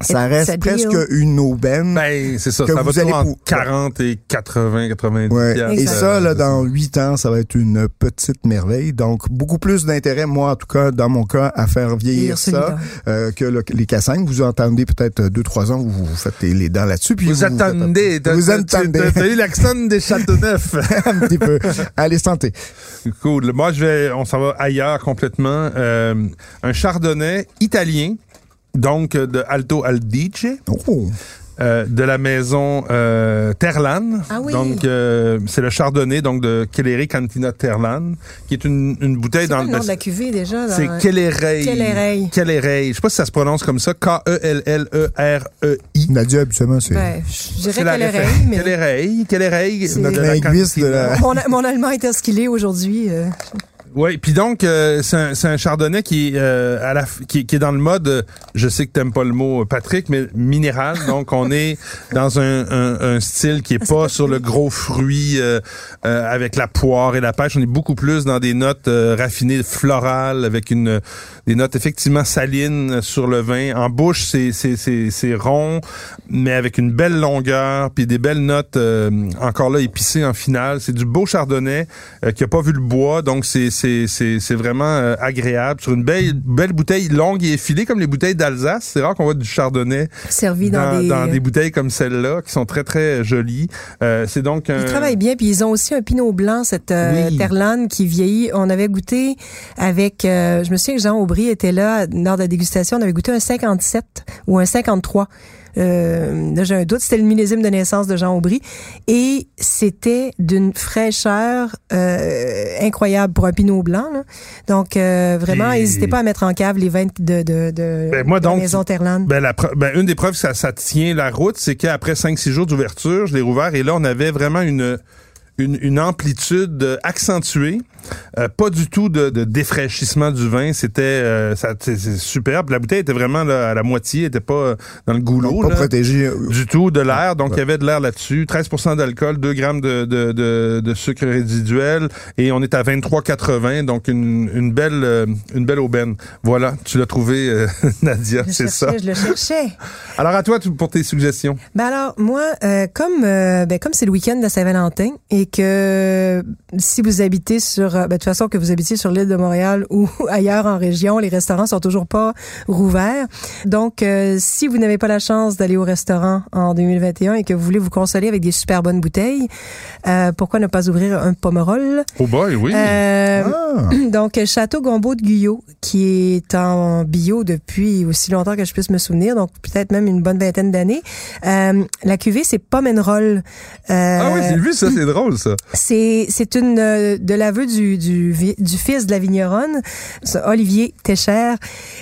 [SPEAKER 4] ça
[SPEAKER 3] Et
[SPEAKER 4] reste
[SPEAKER 3] ça hein?
[SPEAKER 4] presque
[SPEAKER 3] deal.
[SPEAKER 4] une aubaine.
[SPEAKER 2] Ben, c'est ça.
[SPEAKER 4] Que
[SPEAKER 2] Ça va
[SPEAKER 4] vous allez
[SPEAKER 2] toujours entre
[SPEAKER 4] pour-
[SPEAKER 2] 40 et 80, 90
[SPEAKER 4] Ouais.
[SPEAKER 2] piastres,
[SPEAKER 4] Et
[SPEAKER 3] Exact.
[SPEAKER 2] euh,
[SPEAKER 4] ça, là,
[SPEAKER 2] c'est
[SPEAKER 4] dans huit ans, ça va être une petite merveille. Donc, beaucoup plus d'intérêt, moi, en tout cas, dans mon cas, à faire vieillir ça
[SPEAKER 3] celui-là.
[SPEAKER 4] euh, que le- les cassagnes. Vous entendez peut-être euh, deux, trois ans, vous vous faites les, les dents là-dessus. puis
[SPEAKER 2] Vous,
[SPEAKER 4] vous faites un-
[SPEAKER 2] attendez. t'as-
[SPEAKER 4] Vous
[SPEAKER 2] t'as-
[SPEAKER 4] attendez
[SPEAKER 2] t'as- T'as eu l'accent des Châteauneuf.
[SPEAKER 4] un petit peu. Allez, santé.
[SPEAKER 2] cool. Moi, je vais, on s'en va ailleurs complètement. Euh, un chardonnay italien, donc euh, de Alto Aldige,
[SPEAKER 4] Oh.
[SPEAKER 2] euh, de la maison euh, Terlan.
[SPEAKER 3] Ah oui.
[SPEAKER 2] Donc, euh, c'est le chardonnay donc de Kellere Cantina Terlan, qui est une, une bouteille
[SPEAKER 3] C'est quoi
[SPEAKER 2] dans
[SPEAKER 4] ben,
[SPEAKER 3] le nom de la hein? cuvée déjà. dans-
[SPEAKER 2] C'est Kellere.
[SPEAKER 3] Kellerei.
[SPEAKER 2] Kellerei. Je sais pas si ça se prononce comme ça. E K-E-L-L-E-R-E-I.
[SPEAKER 4] Nadia, habituellement, c'est
[SPEAKER 3] Ben, je dirais
[SPEAKER 2] E C'est la
[SPEAKER 3] qu'elle est
[SPEAKER 2] référence.
[SPEAKER 3] mais
[SPEAKER 2] Kellerei. Kellerei.
[SPEAKER 3] C'est
[SPEAKER 4] c'est notre
[SPEAKER 2] de la
[SPEAKER 4] linguiste de
[SPEAKER 2] cantina.
[SPEAKER 4] la...
[SPEAKER 3] mon, mon allemand est à ce qu'il est aujourd'hui. euh.
[SPEAKER 2] Oui, puis donc, euh, c'est un, c'est un chardonnay qui, est, euh, à la, f- qui, qui est dans le mode, euh, je sais que t'aimes pas le mot euh, Patrick, mais minéral. donc, on est dans un, un- un style qui est pas sur le gros fruit euh, euh, avec la poire et la pêche. On est beaucoup plus dans des notes euh, raffinées florales avec une des notes effectivement salines sur le vin. En bouche, c'est- c'est c'est- c'est rond, mais avec une belle longueur, puis des belles notes euh, encore là épicées en finale. C'est du beau chardonnay euh, qui a pas vu le bois, donc c'est c'est c'est c'est vraiment euh, agréable sur une belle belle bouteille longue et effilée comme les bouteilles d'Alsace. C'est rare qu'on voit du chardonnay
[SPEAKER 3] servi dans,
[SPEAKER 2] dans,
[SPEAKER 3] des. euh,
[SPEAKER 2] dans des bouteilles comme celle-là qui sont très très jolies. Euh, c'est donc un
[SPEAKER 3] Ils travaillent bien, puis ils ont aussi un pinot blanc, cette euh,
[SPEAKER 2] Oui.
[SPEAKER 3] Terlane qui vieillit. On avait goûté avec, euh, je me souviens que Jean Aubry était là lors de la dégustation, on avait goûté un 57 ou un 53. Euh, là, j'ai un doute, c'était le millésime de naissance de Jean Aubry. Et c'était d'une fraîcheur euh, incroyable pour un pinot blanc. là. Donc, euh, vraiment,
[SPEAKER 2] Et-
[SPEAKER 3] n'hésitez pas à mettre en cave les vins de, de, de,
[SPEAKER 2] Ben, moi,
[SPEAKER 3] de la
[SPEAKER 2] donc,
[SPEAKER 3] maison Terlane.
[SPEAKER 2] Ben, la preu- ben, une des preuves que ça, ça tient la route, c'est qu'après 5-6 jours d'ouverture, je l'ai rouvert et là, on avait vraiment une, une, une amplitude euh, accentuée. Euh, pas du tout de, de défraîchissement du vin. C'était euh, ça- c'est- c'est superbe. La bouteille était vraiment là, à la moitié, était pas euh, dans le goulot.
[SPEAKER 4] Donc, pas
[SPEAKER 2] là
[SPEAKER 4] protégé. euh,
[SPEAKER 2] du tout de l'air. Donc, il y avait de l'air là-dessus. 13 d'alcool, 2 grammes de, de, de, de sucre résiduel. Et on est à 23,80. Donc, une, une, belle, euh, une belle aubaine. Voilà, tu l'as trouvé, euh, Nadia.
[SPEAKER 3] Je
[SPEAKER 2] C'est ça.
[SPEAKER 3] cherchais, Je le cherchais.
[SPEAKER 2] Alors, à toi tu- pour tes suggestions.
[SPEAKER 3] Ben alors, moi, euh, comme euh, ben, comme c'est le week-end de la Saint-Valentin et que si vous habitez sur ben, de toute façon, que vous habitiez sur l'île de Montréal ou ailleurs en région, les restaurants sont toujours pas rouverts. Donc, euh, si vous n'avez pas la chance d'aller au restaurant en 2021 et que vous voulez vous consoler avec des super bonnes bouteilles, euh, pourquoi ne pas ouvrir un pomerol?
[SPEAKER 2] Oh boy, oui.
[SPEAKER 3] Euh,
[SPEAKER 4] Ah.
[SPEAKER 3] donc, Château Gombeau de Guyot, qui est en bio depuis aussi longtemps que je puisse me souvenir, donc peut-être même une bonne vingtaine d'années. Euh, la cuvée, c'est Pomerol. Euh,
[SPEAKER 2] ah oui, j'ai vu ça, c'est drôle ça.
[SPEAKER 3] c'est c'est une euh, de l'aveu du, du vi- du fils de la vigneronne ce Olivier Técher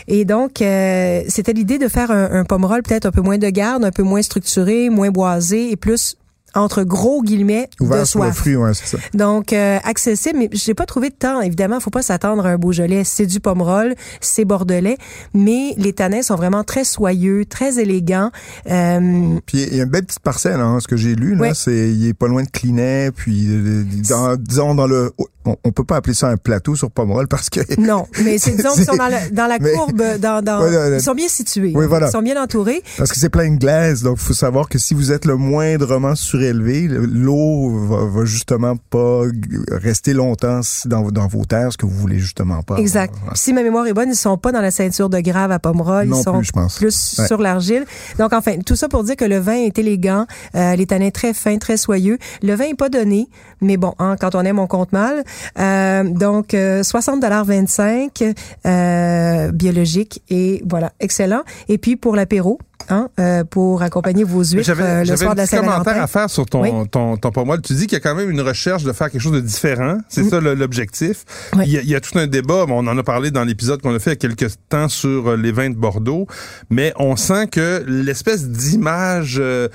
[SPEAKER 3] et donc euh, c'était l'idée de faire un, un pommerol peut-être un peu moins de garde, un peu moins structuré, moins boisé et plus entre gros guillemets de
[SPEAKER 4] Ouvert sur le
[SPEAKER 3] soif.
[SPEAKER 4] fruit, ouais, c'est ça.
[SPEAKER 3] Donc, euh, accessible, mais j'ai pas trouvé de temps. Évidemment, faut pas s'attendre à un Beaujolais. C'est du pomerol, c'est bordelais, mais les tanins sont vraiment très soyeux, très élégants. Euh,
[SPEAKER 4] Puis il y a une belle petite parcelle, hein, ce que j'ai lu, là,
[SPEAKER 3] Ouais.
[SPEAKER 4] c'est il est pas loin de Clinet, puis euh, dans, disons dans le, on, on peut pas appeler ça un plateau sur Pomerol parce que
[SPEAKER 3] non, mais c'est disons qu'ils sont dans la, dans la
[SPEAKER 4] Mais-
[SPEAKER 3] courbe, dans, dans,
[SPEAKER 4] Ouais, non, non.
[SPEAKER 3] ils sont bien situés,
[SPEAKER 4] Oui, voilà.
[SPEAKER 3] ils sont bien entourés.
[SPEAKER 4] parce que c'est plein de glace, donc faut savoir que si vous êtes le moindrement surélevé, le- l'eau va, va justement pas g- rester longtemps si- dans, dans vos terres, ce que vous voulez justement pas.
[SPEAKER 3] Exact.
[SPEAKER 4] avoir.
[SPEAKER 3] Si ma mémoire est bonne, ils sont pas dans la ceinture de grave à Pomerol,
[SPEAKER 4] Non
[SPEAKER 3] ils sont
[SPEAKER 4] plus, je pense.
[SPEAKER 3] plus
[SPEAKER 4] Ouais.
[SPEAKER 3] sur l'argile. Donc, enfin, tout ça pour dire que le vin est élégant, euh, les tanins très fins, très soyeux. Le vin est pas donné, mais bon, hein, quand on aime, on compte mal. Euh, donc, euh, 60,25 euh, biologique et voilà, excellent. Et puis, pour l'apéro, hein, euh, pour accompagner vos huîtres
[SPEAKER 2] J'avais
[SPEAKER 3] euh, le
[SPEAKER 2] j'avais
[SPEAKER 3] soir de
[SPEAKER 2] un
[SPEAKER 3] la
[SPEAKER 2] petit commentaire
[SPEAKER 3] Saint-Valentin.
[SPEAKER 2] à faire sur ton,
[SPEAKER 3] Oui.
[SPEAKER 2] ton, ton pommerol. Tu dis qu'il y a quand même une recherche de faire quelque chose de différent. C'est ça le- l'objectif.
[SPEAKER 3] Mm. Oui.
[SPEAKER 2] Il, y a- il y a tout un débat. Bon, on en a parlé dans l'épisode qu'on a fait il y a quelques temps sur euh, les vins de Bordeaux. Mais on sent que l'espèce d'image... euh,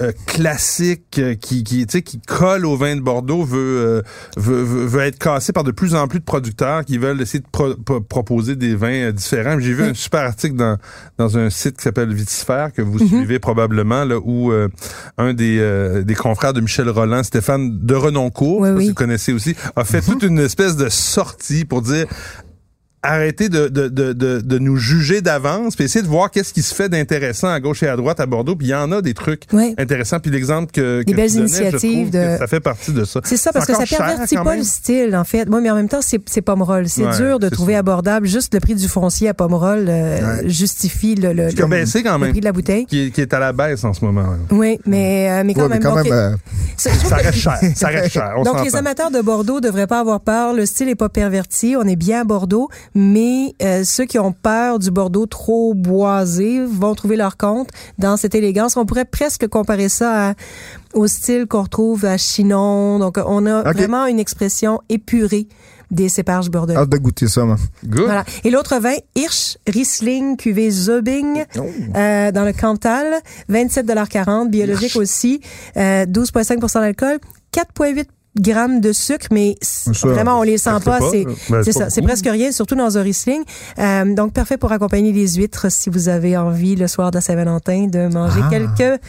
[SPEAKER 2] euh, classique euh, qui qui tu sais, qui colle au vin de Bordeaux veut, euh, veut, veut veut être cassé par de plus en plus de producteurs qui veulent essayer de pro- pro- proposer des vins euh, différents. J'ai vu un super article dans dans un site qui s'appelle Vitisphère que vous
[SPEAKER 3] Mhm.
[SPEAKER 2] suivez probablement là où euh, un des euh, des confrères de Michel Roland, Stéphane de Renoncourt,
[SPEAKER 3] Oui,
[SPEAKER 2] que
[SPEAKER 3] oui. Mhm.
[SPEAKER 2] vous connaissez aussi, a fait toute une espèce de sortie pour dire arrêtez de, de, de, de, de nous juger d'avance, puis essayez de voir qu'est-ce qui se fait d'intéressant à gauche et à droite à Bordeaux, puis il y en a des trucs
[SPEAKER 3] Oui.
[SPEAKER 2] intéressants, puis l'exemple que, que
[SPEAKER 3] Des belles
[SPEAKER 2] tu donnais, je trouve
[SPEAKER 3] initiatives
[SPEAKER 2] que
[SPEAKER 3] de-
[SPEAKER 2] ça fait partie de ça.
[SPEAKER 3] C'est ça, parce que ça
[SPEAKER 2] encore cher,
[SPEAKER 3] pervertit
[SPEAKER 2] quand
[SPEAKER 3] pas
[SPEAKER 2] même.
[SPEAKER 3] le style, en fait. Moi, mais en même temps, c'est c'est Pomerol. C'est
[SPEAKER 2] Ouais,
[SPEAKER 3] dur de
[SPEAKER 2] c'est
[SPEAKER 3] trouver
[SPEAKER 2] ça.
[SPEAKER 3] abordable. Juste le prix du foncier à Pomerol euh, justifie le, le,
[SPEAKER 2] Puis qui a
[SPEAKER 3] le-
[SPEAKER 2] baissé quand
[SPEAKER 3] le
[SPEAKER 2] même,
[SPEAKER 3] prix de la bouteille.
[SPEAKER 2] qui, est- qui est à la baisse en ce moment. là.
[SPEAKER 3] Oui, mais, euh, mais quand
[SPEAKER 4] Ouais, mais
[SPEAKER 3] même.
[SPEAKER 4] quand
[SPEAKER 3] donc,
[SPEAKER 4] même, euh,
[SPEAKER 3] ça- je trouve
[SPEAKER 2] Ça
[SPEAKER 3] que-
[SPEAKER 2] reste cher, ça reste cher. On
[SPEAKER 3] donc, les
[SPEAKER 2] s'entend.
[SPEAKER 3] amateurs de Bordeaux devraient pas avoir peur. Le style est pas perverti. On est bien à Bordeaux. Mais euh, ceux qui ont peur du Bordeaux trop boisé vont trouver leur compte dans cette élégance. On pourrait presque comparer ça à- au style qu'on retrouve à Chinon. Donc, on a
[SPEAKER 4] Ok.
[SPEAKER 3] vraiment une expression épurée des cépages bordelais.
[SPEAKER 4] hâte de goûter ça, moi.
[SPEAKER 2] Good.
[SPEAKER 3] Voilà. Et l'autre vin, Hirsch Riesling cuvée Zöbing euh, dans le Cantal, 27,40 biologique aussi, euh, 12,5 d'alcool, 4,8 grammes de sucre, mais c-
[SPEAKER 4] Ça,
[SPEAKER 3] vraiment, on les sent
[SPEAKER 2] ça se
[SPEAKER 3] pas.
[SPEAKER 2] fait pas, là.
[SPEAKER 3] C'est
[SPEAKER 2] Ben, c'est
[SPEAKER 3] c'est
[SPEAKER 2] pas
[SPEAKER 3] ça. C'est
[SPEAKER 2] beaucoup.
[SPEAKER 3] presque rien, surtout dans un Riesling. Euh, donc, parfait pour accompagner les huîtres si vous avez envie le soir de la Saint-Valentin de manger quelques,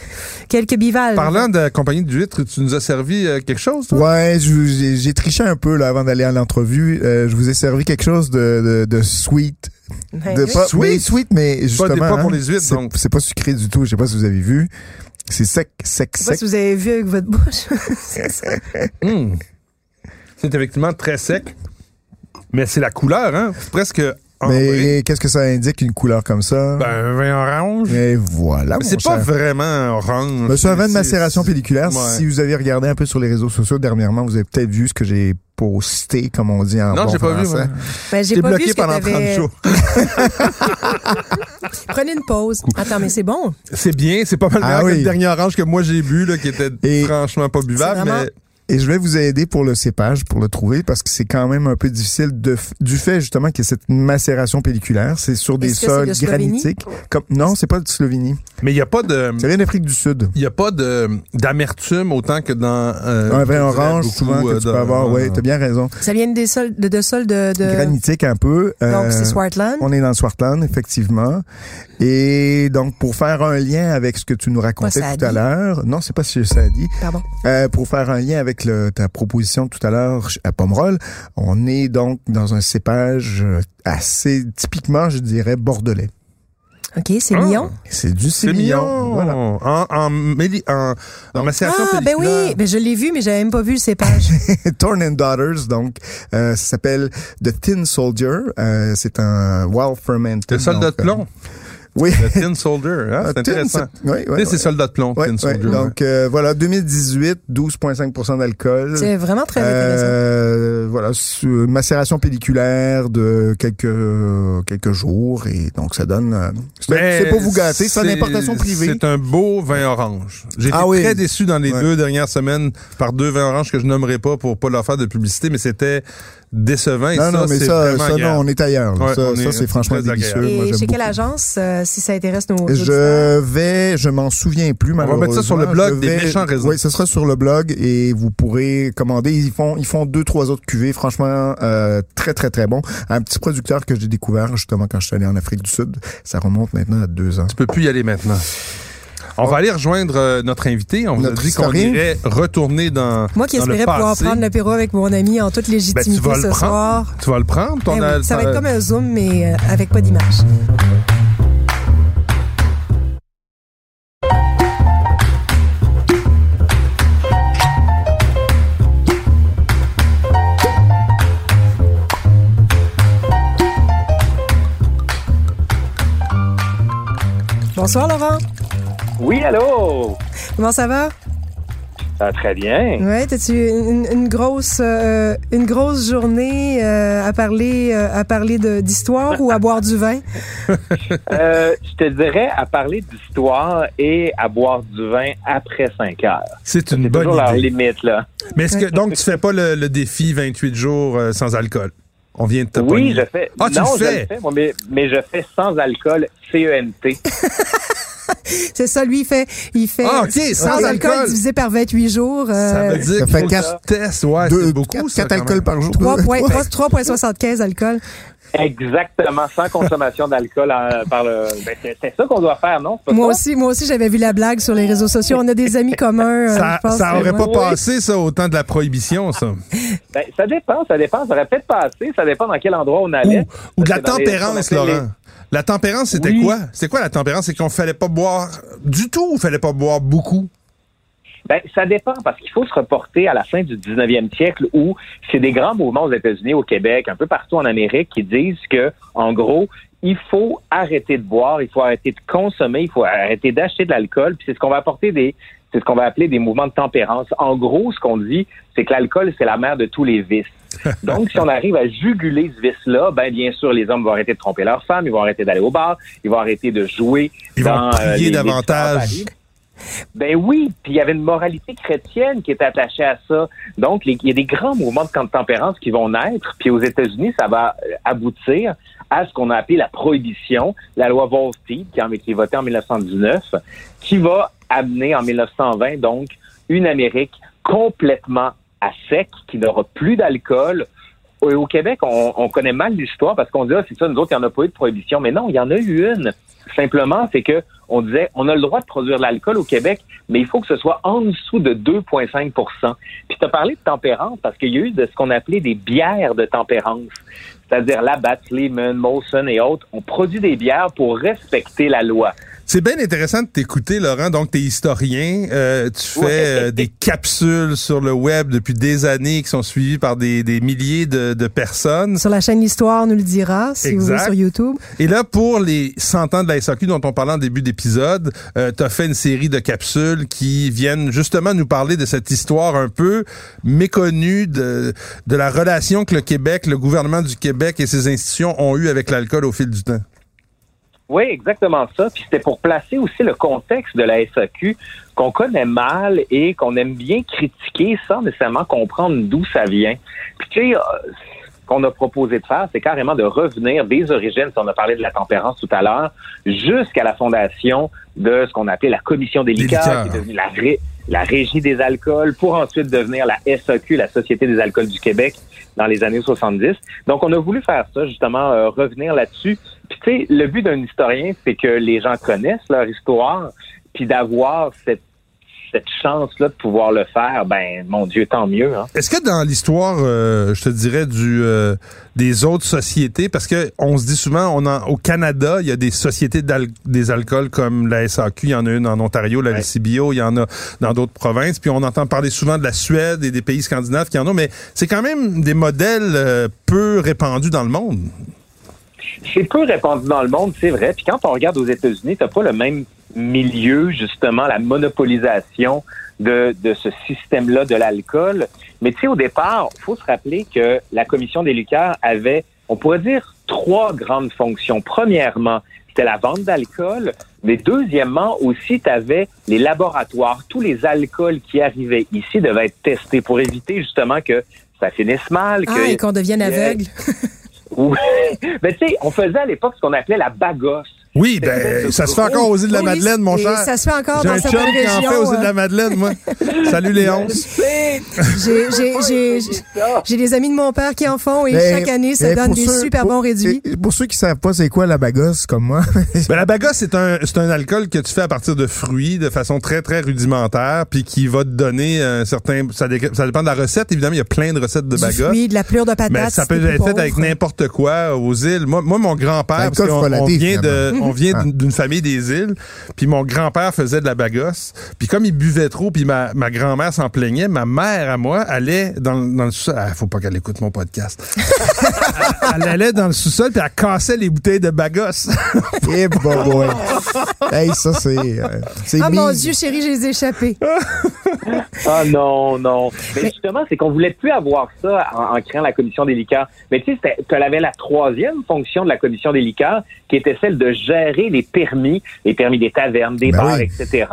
[SPEAKER 3] quelques bivales.
[SPEAKER 2] Parlant de la compagnie d'huîtres, tu nous as servi euh, quelque chose, toi?
[SPEAKER 4] Ouais, je vous- j'ai j'ai triché un peu là avant d'aller à l'entrevue. Euh, je vous ai servi quelque chose de, de, de sweet,
[SPEAKER 3] Ouais.
[SPEAKER 4] De pas,
[SPEAKER 2] Sweet.
[SPEAKER 4] mais sweet, mais justement.
[SPEAKER 2] des pas pour
[SPEAKER 4] hein,
[SPEAKER 2] les huîtres,
[SPEAKER 4] c'est-
[SPEAKER 2] donc.
[SPEAKER 4] C'est pas sucré du tout. Je sais pas si vous avez vu. C'est sec, sec,
[SPEAKER 3] Je sais pas
[SPEAKER 4] sec.
[SPEAKER 3] si vous avez vu avec votre bouche.
[SPEAKER 2] Hmm. C'est effectivement très sec, mais c'est la couleur, hein? C'est presque ambré.
[SPEAKER 4] mais qu'est-ce que ça indique une couleur comme ça
[SPEAKER 2] Ah, Ben, un vin orange.
[SPEAKER 4] Et voilà.
[SPEAKER 2] Mais
[SPEAKER 4] mon
[SPEAKER 2] c'est pas
[SPEAKER 4] cher.
[SPEAKER 2] vraiment orange.
[SPEAKER 4] Mais c'est un vin de
[SPEAKER 2] C'est-
[SPEAKER 4] macération pelliculaire.
[SPEAKER 2] Ouais.
[SPEAKER 4] Si vous avez regardé un peu sur les réseaux sociaux dernièrement, vous avez peut-être vu ce que j'ai posté, comme on dit en
[SPEAKER 2] Non,
[SPEAKER 4] bon
[SPEAKER 2] j'ai pas vu,
[SPEAKER 4] français.
[SPEAKER 2] moi.
[SPEAKER 3] Ben, j'ai
[SPEAKER 4] J'étais
[SPEAKER 3] pas vu
[SPEAKER 4] bloqué
[SPEAKER 3] ce que
[SPEAKER 4] pendant 30
[SPEAKER 3] t'avais-
[SPEAKER 4] jours.
[SPEAKER 3] Prenez une pause. Attends, mais c'est bon.
[SPEAKER 2] C'est bien, c'est pas mal
[SPEAKER 4] Ah
[SPEAKER 2] meilleur que
[SPEAKER 4] oui.
[SPEAKER 2] le dernier orange que moi j'ai bu, là, qui était
[SPEAKER 4] Et-
[SPEAKER 2] franchement pas buvable,
[SPEAKER 3] C'est vraiment-
[SPEAKER 2] mais
[SPEAKER 4] Et je vais vous aider pour le cépage, pour le trouver, parce que c'est quand même un peu difficile de, f- du fait justement qu'il y a cette macération pelliculaire. C'est sur des
[SPEAKER 3] Est-ce que c'est
[SPEAKER 4] sols
[SPEAKER 3] de Slovénie?
[SPEAKER 4] granitiques. Comme, non, c'est pas de Slovénie.
[SPEAKER 2] mais il y a pas de
[SPEAKER 4] C'est rien d'Afrique du Sud.
[SPEAKER 2] il y a pas de d'amertume autant que dans euh,
[SPEAKER 4] Un vin
[SPEAKER 2] je dirais
[SPEAKER 4] orange,
[SPEAKER 2] beaucoup,
[SPEAKER 4] souvent, que
[SPEAKER 2] euh,
[SPEAKER 4] tu
[SPEAKER 2] dans-
[SPEAKER 4] peux avoir. Oui,
[SPEAKER 2] dans-
[SPEAKER 4] t'as bien raison.
[SPEAKER 3] Ça vient des sols, de, de sols de, de-
[SPEAKER 4] Granitique un peu. euh,
[SPEAKER 3] Donc, c'est Swartland.
[SPEAKER 4] On est dans le Swartland, effectivement. Et donc, pour faire un lien avec ce que tu nous racontais
[SPEAKER 3] Pas
[SPEAKER 4] tout à
[SPEAKER 3] Saadi.
[SPEAKER 4] l'heure, non, c'est pas si ça a dit.
[SPEAKER 3] Pardon.
[SPEAKER 4] Euh, pour faire un lien avec le- ta proposition tout à l'heure à Pomerol, on est donc dans un cépage euh, assez typiquement, je dirais, bordelais.
[SPEAKER 3] OK, c'est
[SPEAKER 2] Ah.
[SPEAKER 3] mignon.
[SPEAKER 4] C'est du
[SPEAKER 2] C'est
[SPEAKER 4] sémillon.
[SPEAKER 2] mignon.
[SPEAKER 4] Voilà.
[SPEAKER 2] En, en, méli- en, en macération
[SPEAKER 3] Ah, ben oui,
[SPEAKER 2] pelliculaire.
[SPEAKER 3] ben je l'ai vu, mais j'avais même pas vu le cépage.
[SPEAKER 4] Torn and Daughters, donc, euh, ça s'appelle The Tin Soldier. Euh, c'est un wild fermented.
[SPEAKER 2] Le soldat
[SPEAKER 4] donc,
[SPEAKER 2] de plomb.
[SPEAKER 4] euh, oui.
[SPEAKER 2] Le Tin Soldier. Hein, c'est
[SPEAKER 4] Ah, tin,
[SPEAKER 2] intéressant.
[SPEAKER 4] c'est- Oui,
[SPEAKER 2] Tu
[SPEAKER 4] oui.
[SPEAKER 2] sais, c'est soldat de plomb,
[SPEAKER 4] oui,
[SPEAKER 2] Tin
[SPEAKER 4] oui.
[SPEAKER 2] Soldier.
[SPEAKER 4] Donc, euh, voilà, 2018, 12,5 d'alcool.
[SPEAKER 3] c'est vraiment très intéressant.
[SPEAKER 4] Euh, voilà, su- macération pelliculaire de quelques euh, quelques jours et donc ça donne. euh, c'est-
[SPEAKER 2] Mais
[SPEAKER 4] c'est pour vous gâter, c'est
[SPEAKER 2] Ben, c'est-
[SPEAKER 4] une importation privée.
[SPEAKER 2] C'est un beau vin orange. J'ai
[SPEAKER 4] Ah
[SPEAKER 2] été
[SPEAKER 4] oui.
[SPEAKER 2] très déçu dans les
[SPEAKER 4] Ouais.
[SPEAKER 2] deux dernières semaines par deux vins oranges que je nommerai pas pour pas leur faire de publicité, mais c'était décevant. Et
[SPEAKER 4] Non,
[SPEAKER 2] ça,
[SPEAKER 4] non, mais
[SPEAKER 2] c'est
[SPEAKER 4] ça,
[SPEAKER 2] vraiment
[SPEAKER 4] ça non,
[SPEAKER 2] grave.
[SPEAKER 4] on est ailleurs. là.
[SPEAKER 2] Ouais,
[SPEAKER 4] ça,
[SPEAKER 2] on
[SPEAKER 4] ça,
[SPEAKER 2] est
[SPEAKER 4] c'est franchement
[SPEAKER 2] très
[SPEAKER 4] délicieux.
[SPEAKER 2] agréable.
[SPEAKER 4] Moi,
[SPEAKER 3] Et
[SPEAKER 4] j'aime
[SPEAKER 3] chez quelle
[SPEAKER 4] beaucoup.
[SPEAKER 3] agence, euh, si ça intéresse nos auditeurs?
[SPEAKER 4] Je vais, je m'en souviens plus
[SPEAKER 2] va
[SPEAKER 4] malheureusement.
[SPEAKER 2] mettre ça sur le blog
[SPEAKER 4] Je
[SPEAKER 2] des
[SPEAKER 4] vais-
[SPEAKER 2] méchants raisons.
[SPEAKER 4] Oui, ce sera sur le blog et vous pourrez commander. Ils font, ils font deux, trois autres cuvées. Franchement, euh, très, très, très bon. Un petit producteur que j'ai découvert justement quand je suis allé en Afrique du Sud. Ça remonte maintenant à deux ans.
[SPEAKER 2] Tu peux plus y aller maintenant. On va aller rejoindre euh, notre invité. On vous
[SPEAKER 4] Ah. Notre
[SPEAKER 2] a dit qu'on
[SPEAKER 4] historien.
[SPEAKER 2] irait retourner dans.
[SPEAKER 3] Moi qui
[SPEAKER 2] dans le
[SPEAKER 3] espérais pouvoir
[SPEAKER 2] passé.
[SPEAKER 3] prendre l'apéro avec mon ami en toute
[SPEAKER 2] Ben,
[SPEAKER 3] légitimité
[SPEAKER 2] tu vas
[SPEAKER 3] ce
[SPEAKER 2] le prendre.
[SPEAKER 3] soir.
[SPEAKER 2] Tu vas le prendre. ton
[SPEAKER 3] Ben
[SPEAKER 2] al-
[SPEAKER 3] oui, ça va être
[SPEAKER 2] ta-
[SPEAKER 3] comme un Zoom, mais euh, avec pas d'image. Bonsoir Laurent,
[SPEAKER 1] Oui, allô?
[SPEAKER 3] comment ça va?
[SPEAKER 1] Ah, très bien.
[SPEAKER 3] Ouais, t'as-tu une, une grosse euh, une grosse journée euh, à parler euh, à parler de- d'histoire ou à boire du vin?
[SPEAKER 1] Euh, je te dirais à parler d'histoire et à boire du vin après 5 heures.
[SPEAKER 2] C'est une
[SPEAKER 1] C'est
[SPEAKER 2] bonne
[SPEAKER 1] toujours leur
[SPEAKER 2] idée.
[SPEAKER 1] limite, là.
[SPEAKER 2] Mais est-ce que donc tu fais pas le, le défi 28 jours euh, sans alcool On vient de te
[SPEAKER 1] Oui,
[SPEAKER 2] pogner.
[SPEAKER 1] je fais.
[SPEAKER 2] Ah, tu
[SPEAKER 1] non,
[SPEAKER 2] le
[SPEAKER 1] je
[SPEAKER 2] fais?
[SPEAKER 1] le fais, moi, mais, mais je fais sans alcool E CEMT.
[SPEAKER 3] C'est ça, lui, il fait, il fait
[SPEAKER 2] Ah, ok, sans alcool.
[SPEAKER 3] divisé par 28 jours.
[SPEAKER 2] Ça
[SPEAKER 3] euh,
[SPEAKER 2] veut dire
[SPEAKER 4] Ça
[SPEAKER 2] qu'il
[SPEAKER 4] fait
[SPEAKER 2] faut que
[SPEAKER 4] quatre-
[SPEAKER 2] tu testes. Ouais, c'est
[SPEAKER 4] Deux,
[SPEAKER 2] beaucoup.
[SPEAKER 4] quatre,
[SPEAKER 2] ça,
[SPEAKER 4] quatre
[SPEAKER 2] quand
[SPEAKER 4] alcools
[SPEAKER 2] même.
[SPEAKER 4] par jour.
[SPEAKER 3] trois point- trois- 3,75 alcool.
[SPEAKER 1] Exactement, sans consommation d'alcool euh, par le. ben, c'est c'est ça qu'on doit faire, non? C'est pas
[SPEAKER 3] Moi
[SPEAKER 1] ça?
[SPEAKER 3] aussi, moi aussi, j'avais vu la blague sur les réseaux sociaux. On a des amis communs. euh,
[SPEAKER 2] Ça,
[SPEAKER 3] je pense,
[SPEAKER 2] ça
[SPEAKER 3] euh,
[SPEAKER 2] aurait
[SPEAKER 3] ouais.
[SPEAKER 2] pas passé, ça, au temps de la prohibition, ça.
[SPEAKER 1] Ben, ça dépend, ça dépend. Ça aurait peut-être passé, ça dépend dans quel endroit on allait.
[SPEAKER 2] Ou, ou de la
[SPEAKER 1] Parce que dans les-
[SPEAKER 2] tempérance,
[SPEAKER 1] ce qu'on appelle
[SPEAKER 2] Laurent. La tempérance, c'était
[SPEAKER 1] Oui.
[SPEAKER 2] quoi? C'est quoi la tempérance? C'est qu'on fallait pas boire du tout ou fallait pas boire beaucoup?
[SPEAKER 1] Ben, ça dépend, parce qu'il faut se reporter à la fin du 19e siècle où c'est des grands mouvements aux États-Unis, au Québec, un peu partout en Amérique qui disent que, en gros, il faut arrêter de boire, il faut arrêter de consommer, il faut arrêter d'acheter de l'alcool, puis c'est ce qu'on va apporter des c'est ce qu'on va appeler des mouvements de tempérance. En gros, ce qu'on dit, c'est que l'alcool, c'est la mère de tous les vices. Donc, si on arrive à juguler ce vice-là, ben, bien sûr, les hommes vont arrêter de tromper leurs femmes, ils vont arrêter d'aller au bar, ils vont arrêter de jouer.
[SPEAKER 2] Ils vont
[SPEAKER 1] dans, euh,
[SPEAKER 2] prier
[SPEAKER 1] les- les
[SPEAKER 2] davantage.
[SPEAKER 1] différents paris. Ben oui, puis il y avait une moralité chrétienne qui était attachée à ça. Donc, les- il y a des grands mouvements de camp de tempérance qui vont naître, puis aux États-Unis, ça va euh, aboutir à ce qu'on a appelé la prohibition, la loi Volstead, qui, en- qui est votée en 1919, qui va amener en 1920, donc, une Amérique complètement à sec, qui n'aura plus d'alcool. Au au Québec, on, on connaît mal l'histoire parce qu'on dit, ah, c'est ça, nous autres, il n'y en a pas eu de prohibition. Mais non, il y en a eu une. Simplement, c'est que on disait, on a le droit de produire de l'alcool au Québec, mais il faut que ce soit en dessous de 2,5 Puis tu as parlé de tempérance parce qu'il y a eu de ce qu'on appelait des bières de tempérance, c'est-à-dire Labatt, Lehman, Molson et autres. On produit des bières pour respecter la loi.
[SPEAKER 2] C'est bien intéressant de t'écouter, Laurent. Donc, t'es historien. euh, tu fais
[SPEAKER 1] Ouais.
[SPEAKER 2] euh, des capsules sur le web depuis des années qui sont suivies par des, des milliers de, de personnes.
[SPEAKER 3] Sur la chaîne L'Histoire nous le dira, si vous voulez,
[SPEAKER 2] Exact.
[SPEAKER 3] sur YouTube.
[SPEAKER 2] Et là, pour les 100 ans de la SAQ dont on parlait en début d'épisode, euh, tu as fait une série de capsules qui viennent justement nous parler de cette histoire un peu méconnue de, de la relation que le Québec, le gouvernement du Québec et ses institutions ont eu avec l'alcool au fil du temps.
[SPEAKER 1] Oui, exactement ça. Puis c'était pour placer aussi le contexte de la SAQ qu'on connaît mal et qu'on aime bien critiquer sans nécessairement comprendre d'où ça vient. Puis tu sais, euh, ce qu'on a proposé de faire, c'est carrément de revenir des origines, si on a parlé de la tempérance tout à l'heure, jusqu'à la fondation de ce qu'on appelait la commission des liqueurs,
[SPEAKER 2] liqueurs.
[SPEAKER 1] qui est devenue la, ré- la régie des alcools, pour ensuite devenir la SAQ, la Société des alcools du Québec, dans les années 70. Donc, on a voulu faire ça, justement, euh, revenir là-dessus. Puis, tu sais, le but d'un historien, c'est que les gens connaissent leur histoire, puis d'avoir cette cette chance-là de pouvoir le faire, ben, mon Dieu, tant mieux. Hein.
[SPEAKER 2] Est-ce que dans l'histoire, euh, je te dirais, du euh, des autres sociétés, parce que on se dit souvent, on en, au Canada, il y a des sociétés d'al- des alcools comme la SAQ, il y en a une en Ontario, la LCBO, il y en a dans d'autres provinces, puis on entend parler souvent de la Suède et des pays scandinaves qui en ont, mais c'est quand même des modèles euh, peu répandus dans le monde.
[SPEAKER 1] C'est peu répandu dans le monde, c'est vrai. Puis quand on regarde aux États-Unis, t'as pas le même milieu, justement, la monopolisation de, de ce système-là de l'alcool. Mais tu sais, au départ, faut se rappeler que la commission des liqueurs avait, on pourrait dire, trois grandes fonctions. Premièrement, c'était la vente d'alcool. Mais deuxièmement, aussi, tu avais les laboratoires. Tous les alcools qui arrivaient ici devaient être testés pour éviter justement que ça finisse mal.
[SPEAKER 3] Ah,
[SPEAKER 1] que-
[SPEAKER 3] et qu'on devienne
[SPEAKER 1] Yeah.
[SPEAKER 3] aveugle.
[SPEAKER 1] oui. Mais tu sais, on faisait à l'époque ce qu'on appelait la bagosse.
[SPEAKER 2] Oui,
[SPEAKER 1] C'est vrai,
[SPEAKER 2] ben,
[SPEAKER 1] c'est
[SPEAKER 2] ça se fait
[SPEAKER 1] gros.
[SPEAKER 2] encore aux îles de la
[SPEAKER 3] Oh, Oui,
[SPEAKER 2] Madeleine, mon
[SPEAKER 3] et
[SPEAKER 2] cher.
[SPEAKER 3] ça se fait encore
[SPEAKER 2] J'ai
[SPEAKER 3] dans
[SPEAKER 2] un chum
[SPEAKER 3] certaines
[SPEAKER 2] qui en fait
[SPEAKER 3] régions,
[SPEAKER 2] aux îles de la
[SPEAKER 3] hein.
[SPEAKER 2] Madeleine, moi. Salut Léonce.
[SPEAKER 3] J'ai- j'ai- j'ai- j'ai- J'ai des amis de mon père qui en font et
[SPEAKER 4] Mais-
[SPEAKER 3] chaque année, ça
[SPEAKER 4] mais
[SPEAKER 3] donne
[SPEAKER 4] Ben, pour
[SPEAKER 3] des
[SPEAKER 4] ceux-
[SPEAKER 3] super
[SPEAKER 4] pour-
[SPEAKER 3] bons réduits.
[SPEAKER 4] et- Pour ceux qui savent pas c'est quoi la bagosse comme moi,
[SPEAKER 2] Ben, la bagasse, c'est un, c'est un alcool que tu fais à partir de fruits de façon très, très rudimentaire, puis qui va te donner un certain. Ça, dé- ça dépend de la recette. Évidemment, il y a plein de recettes de
[SPEAKER 3] Du
[SPEAKER 2] bagasse.
[SPEAKER 3] fruit, de la pleure de patate.
[SPEAKER 2] Mais ça
[SPEAKER 3] si t'es
[SPEAKER 2] peut
[SPEAKER 3] plus
[SPEAKER 2] être fait avec
[SPEAKER 3] pauvre.
[SPEAKER 2] n'importe quoi aux îles. Moi, moi mon grand-père,
[SPEAKER 4] Alcool
[SPEAKER 2] parce qu'on on
[SPEAKER 4] frelaté,
[SPEAKER 2] vient, de,
[SPEAKER 4] finalement. Ah.
[SPEAKER 2] on vient d'une- d'une famille des îles, puis mon grand-père faisait de la bagasse. Puis comme il buvait trop, puis ma, ma grand-mère s'en plaignait, ma mère à moi allait dans, le- dans le sous-sol. Ah, faut pas qu'elle écoute mon podcast. elle, elle allait dans le sous-sol, puis elle cassait les bouteilles de bagasse.
[SPEAKER 4] eh bon boy. Hey, ça c'est euh, c'est
[SPEAKER 3] Ah mon
[SPEAKER 4] mis.
[SPEAKER 3] Dieu, chérie, j'ai échappé.
[SPEAKER 1] Ah non, non. Mais
[SPEAKER 3] Mais-
[SPEAKER 1] justement, c'est qu'on voulait plus avoir ça en, en créant la commission des liqueurs. Mais tu sais, tu avais la troisième fonction de la commission des liqueurs, qui était celle de gérer les permis, les permis des tavernes, des
[SPEAKER 4] Ben
[SPEAKER 1] bars,
[SPEAKER 4] oui.
[SPEAKER 1] etc.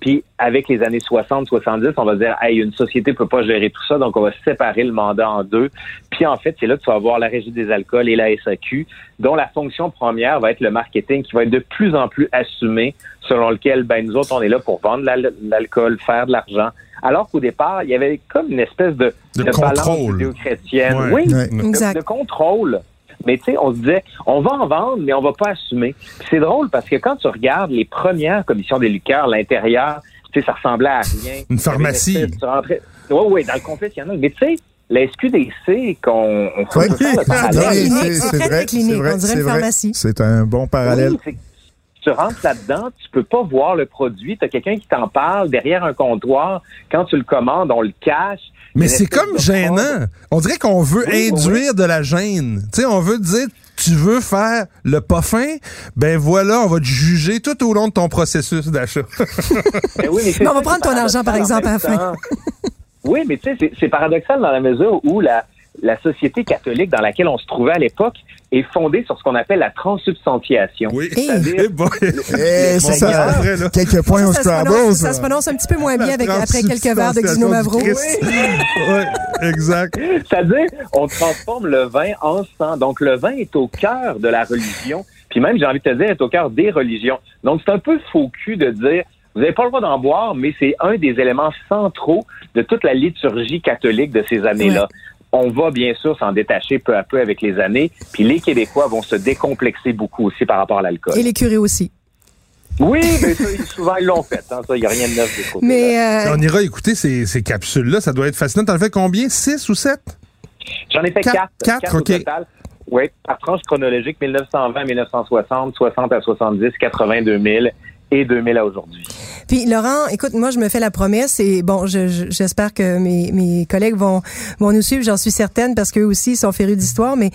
[SPEAKER 1] Puis avec les années 60, 70, on va dire, hey, une société peut pas gérer tout ça, donc on va séparer le mandat en deux. Puis en fait, c'est là que tu vas avoir la Régie des alcools et la SAQ, dont la fonction première va être le marketing, qui va être de plus en plus assumé, selon lequel, ben nous autres, on est là pour vendre l'al- l'alcool, faire de l'argent. Alors qu'au départ, il y avait comme une espèce de,
[SPEAKER 2] De contrôle.
[SPEAKER 1] balance chrétienne
[SPEAKER 2] Ouais.
[SPEAKER 1] Eh Oui,
[SPEAKER 4] Ouais.
[SPEAKER 1] de-
[SPEAKER 3] Exact.
[SPEAKER 1] De, contrôle. Mais tu sais, on se disait, on va en vendre, mais on va pas assumer. Puis C'est drôle parce que quand tu regardes les premières commissions des liqueurs, l'intérieur, tu sais, ça ressemblait à rien.
[SPEAKER 2] Une pharmacie.
[SPEAKER 1] Il y avait une espèce- Tu rentrais... Oui, oui, dans le confessionnal. Mais tu sais, la SQDC, qu'on on
[SPEAKER 4] Ouais.
[SPEAKER 1] peut faire le
[SPEAKER 4] Ah,
[SPEAKER 3] Très
[SPEAKER 4] non,
[SPEAKER 1] parallèle.
[SPEAKER 3] clinique,
[SPEAKER 4] c'est-
[SPEAKER 3] c'est
[SPEAKER 4] c'est
[SPEAKER 3] très,
[SPEAKER 4] vrai,
[SPEAKER 3] très clinique,
[SPEAKER 4] c'est vrai,
[SPEAKER 3] on dirait une
[SPEAKER 4] c'est vrai.
[SPEAKER 3] pharmacie.
[SPEAKER 4] C'est un bon parallèle.
[SPEAKER 1] Oui, c'est que tu rentres là-dedans, tu peux pas voir le produit, tu as quelqu'un qui t'en parle derrière un comptoir. Quand tu le commandes, on le cache.
[SPEAKER 2] Mais
[SPEAKER 1] Une
[SPEAKER 2] c'est
[SPEAKER 1] espèce
[SPEAKER 2] comme
[SPEAKER 1] de
[SPEAKER 2] gênant. On dirait qu'on veut
[SPEAKER 1] Oui, oui,
[SPEAKER 2] induire de la gêne. Tu sais, on veut dire tu veux faire le pas fin, ben voilà, on va te juger tout au long de ton processus d'achat.
[SPEAKER 1] Mais Ben oui, mais c'est
[SPEAKER 3] Mais on va
[SPEAKER 1] ça,
[SPEAKER 3] prendre
[SPEAKER 1] c'est
[SPEAKER 3] ton argent, par
[SPEAKER 1] paradoxal
[SPEAKER 3] exemple, à la fin.
[SPEAKER 1] en même temps. oui, mais tu sais, c'est- c'est paradoxal dans la mesure où la, la société catholique dans laquelle on se trouvait à l'époque est fondée sur ce qu'on appelle la transsubstantiation.
[SPEAKER 2] Oui.
[SPEAKER 3] Hey.
[SPEAKER 2] Eh boy.
[SPEAKER 4] Eh,
[SPEAKER 2] Mon
[SPEAKER 4] ça, ça-
[SPEAKER 2] gars, après, là.
[SPEAKER 4] quelques points au
[SPEAKER 3] Ça se,
[SPEAKER 4] Scrabble.
[SPEAKER 3] prononce,
[SPEAKER 4] ça.
[SPEAKER 3] ça se prononce un petit peu moins bien avec,
[SPEAKER 2] La
[SPEAKER 3] après quelques verres de Dino Mavro.
[SPEAKER 2] transubstantiation du Christ. ouais, exact.
[SPEAKER 1] C'est-à-dire, on transforme le vin en sang. Donc, le vin est au cœur de la religion. Puis même, j'ai envie de te dire, est au cœur des religions. Donc, c'est un peu faux cul de dire, vous n'avez pas le droit d'en boire, mais c'est un des éléments centraux de toute la liturgie catholique de ces années-là. On va bien sûr s'en détacher peu à peu avec les années, puis les Québécois vont se décomplexer beaucoup aussi par rapport à l'alcool.
[SPEAKER 3] Et les curés aussi.
[SPEAKER 1] Oui, mais ça, ils- souvent ils l'ont fait. hein. Ça, il n'y a rien de neuf de ce côté-là.
[SPEAKER 3] Mais euh,
[SPEAKER 2] On ira écouter ces, ces capsules-là. Ça doit être fascinant. T'en fais combien? Six ou sept?
[SPEAKER 1] J'en ai fait
[SPEAKER 2] Quatre-
[SPEAKER 1] quatre.
[SPEAKER 2] quatre,
[SPEAKER 1] au
[SPEAKER 2] ok.
[SPEAKER 1] total. Oui, par tranche chronologique, 1920 1960, 60 à 70, 80 2000 et 2000 à aujourd'hui.
[SPEAKER 3] puis Laurent, écoute, moi je me fais la promesse et bon, je- je- j'espère que mes, mes collègues vont, vont nous suivre, j'en suis certaine parce qu'eux aussi ils sont férus d'histoire, mais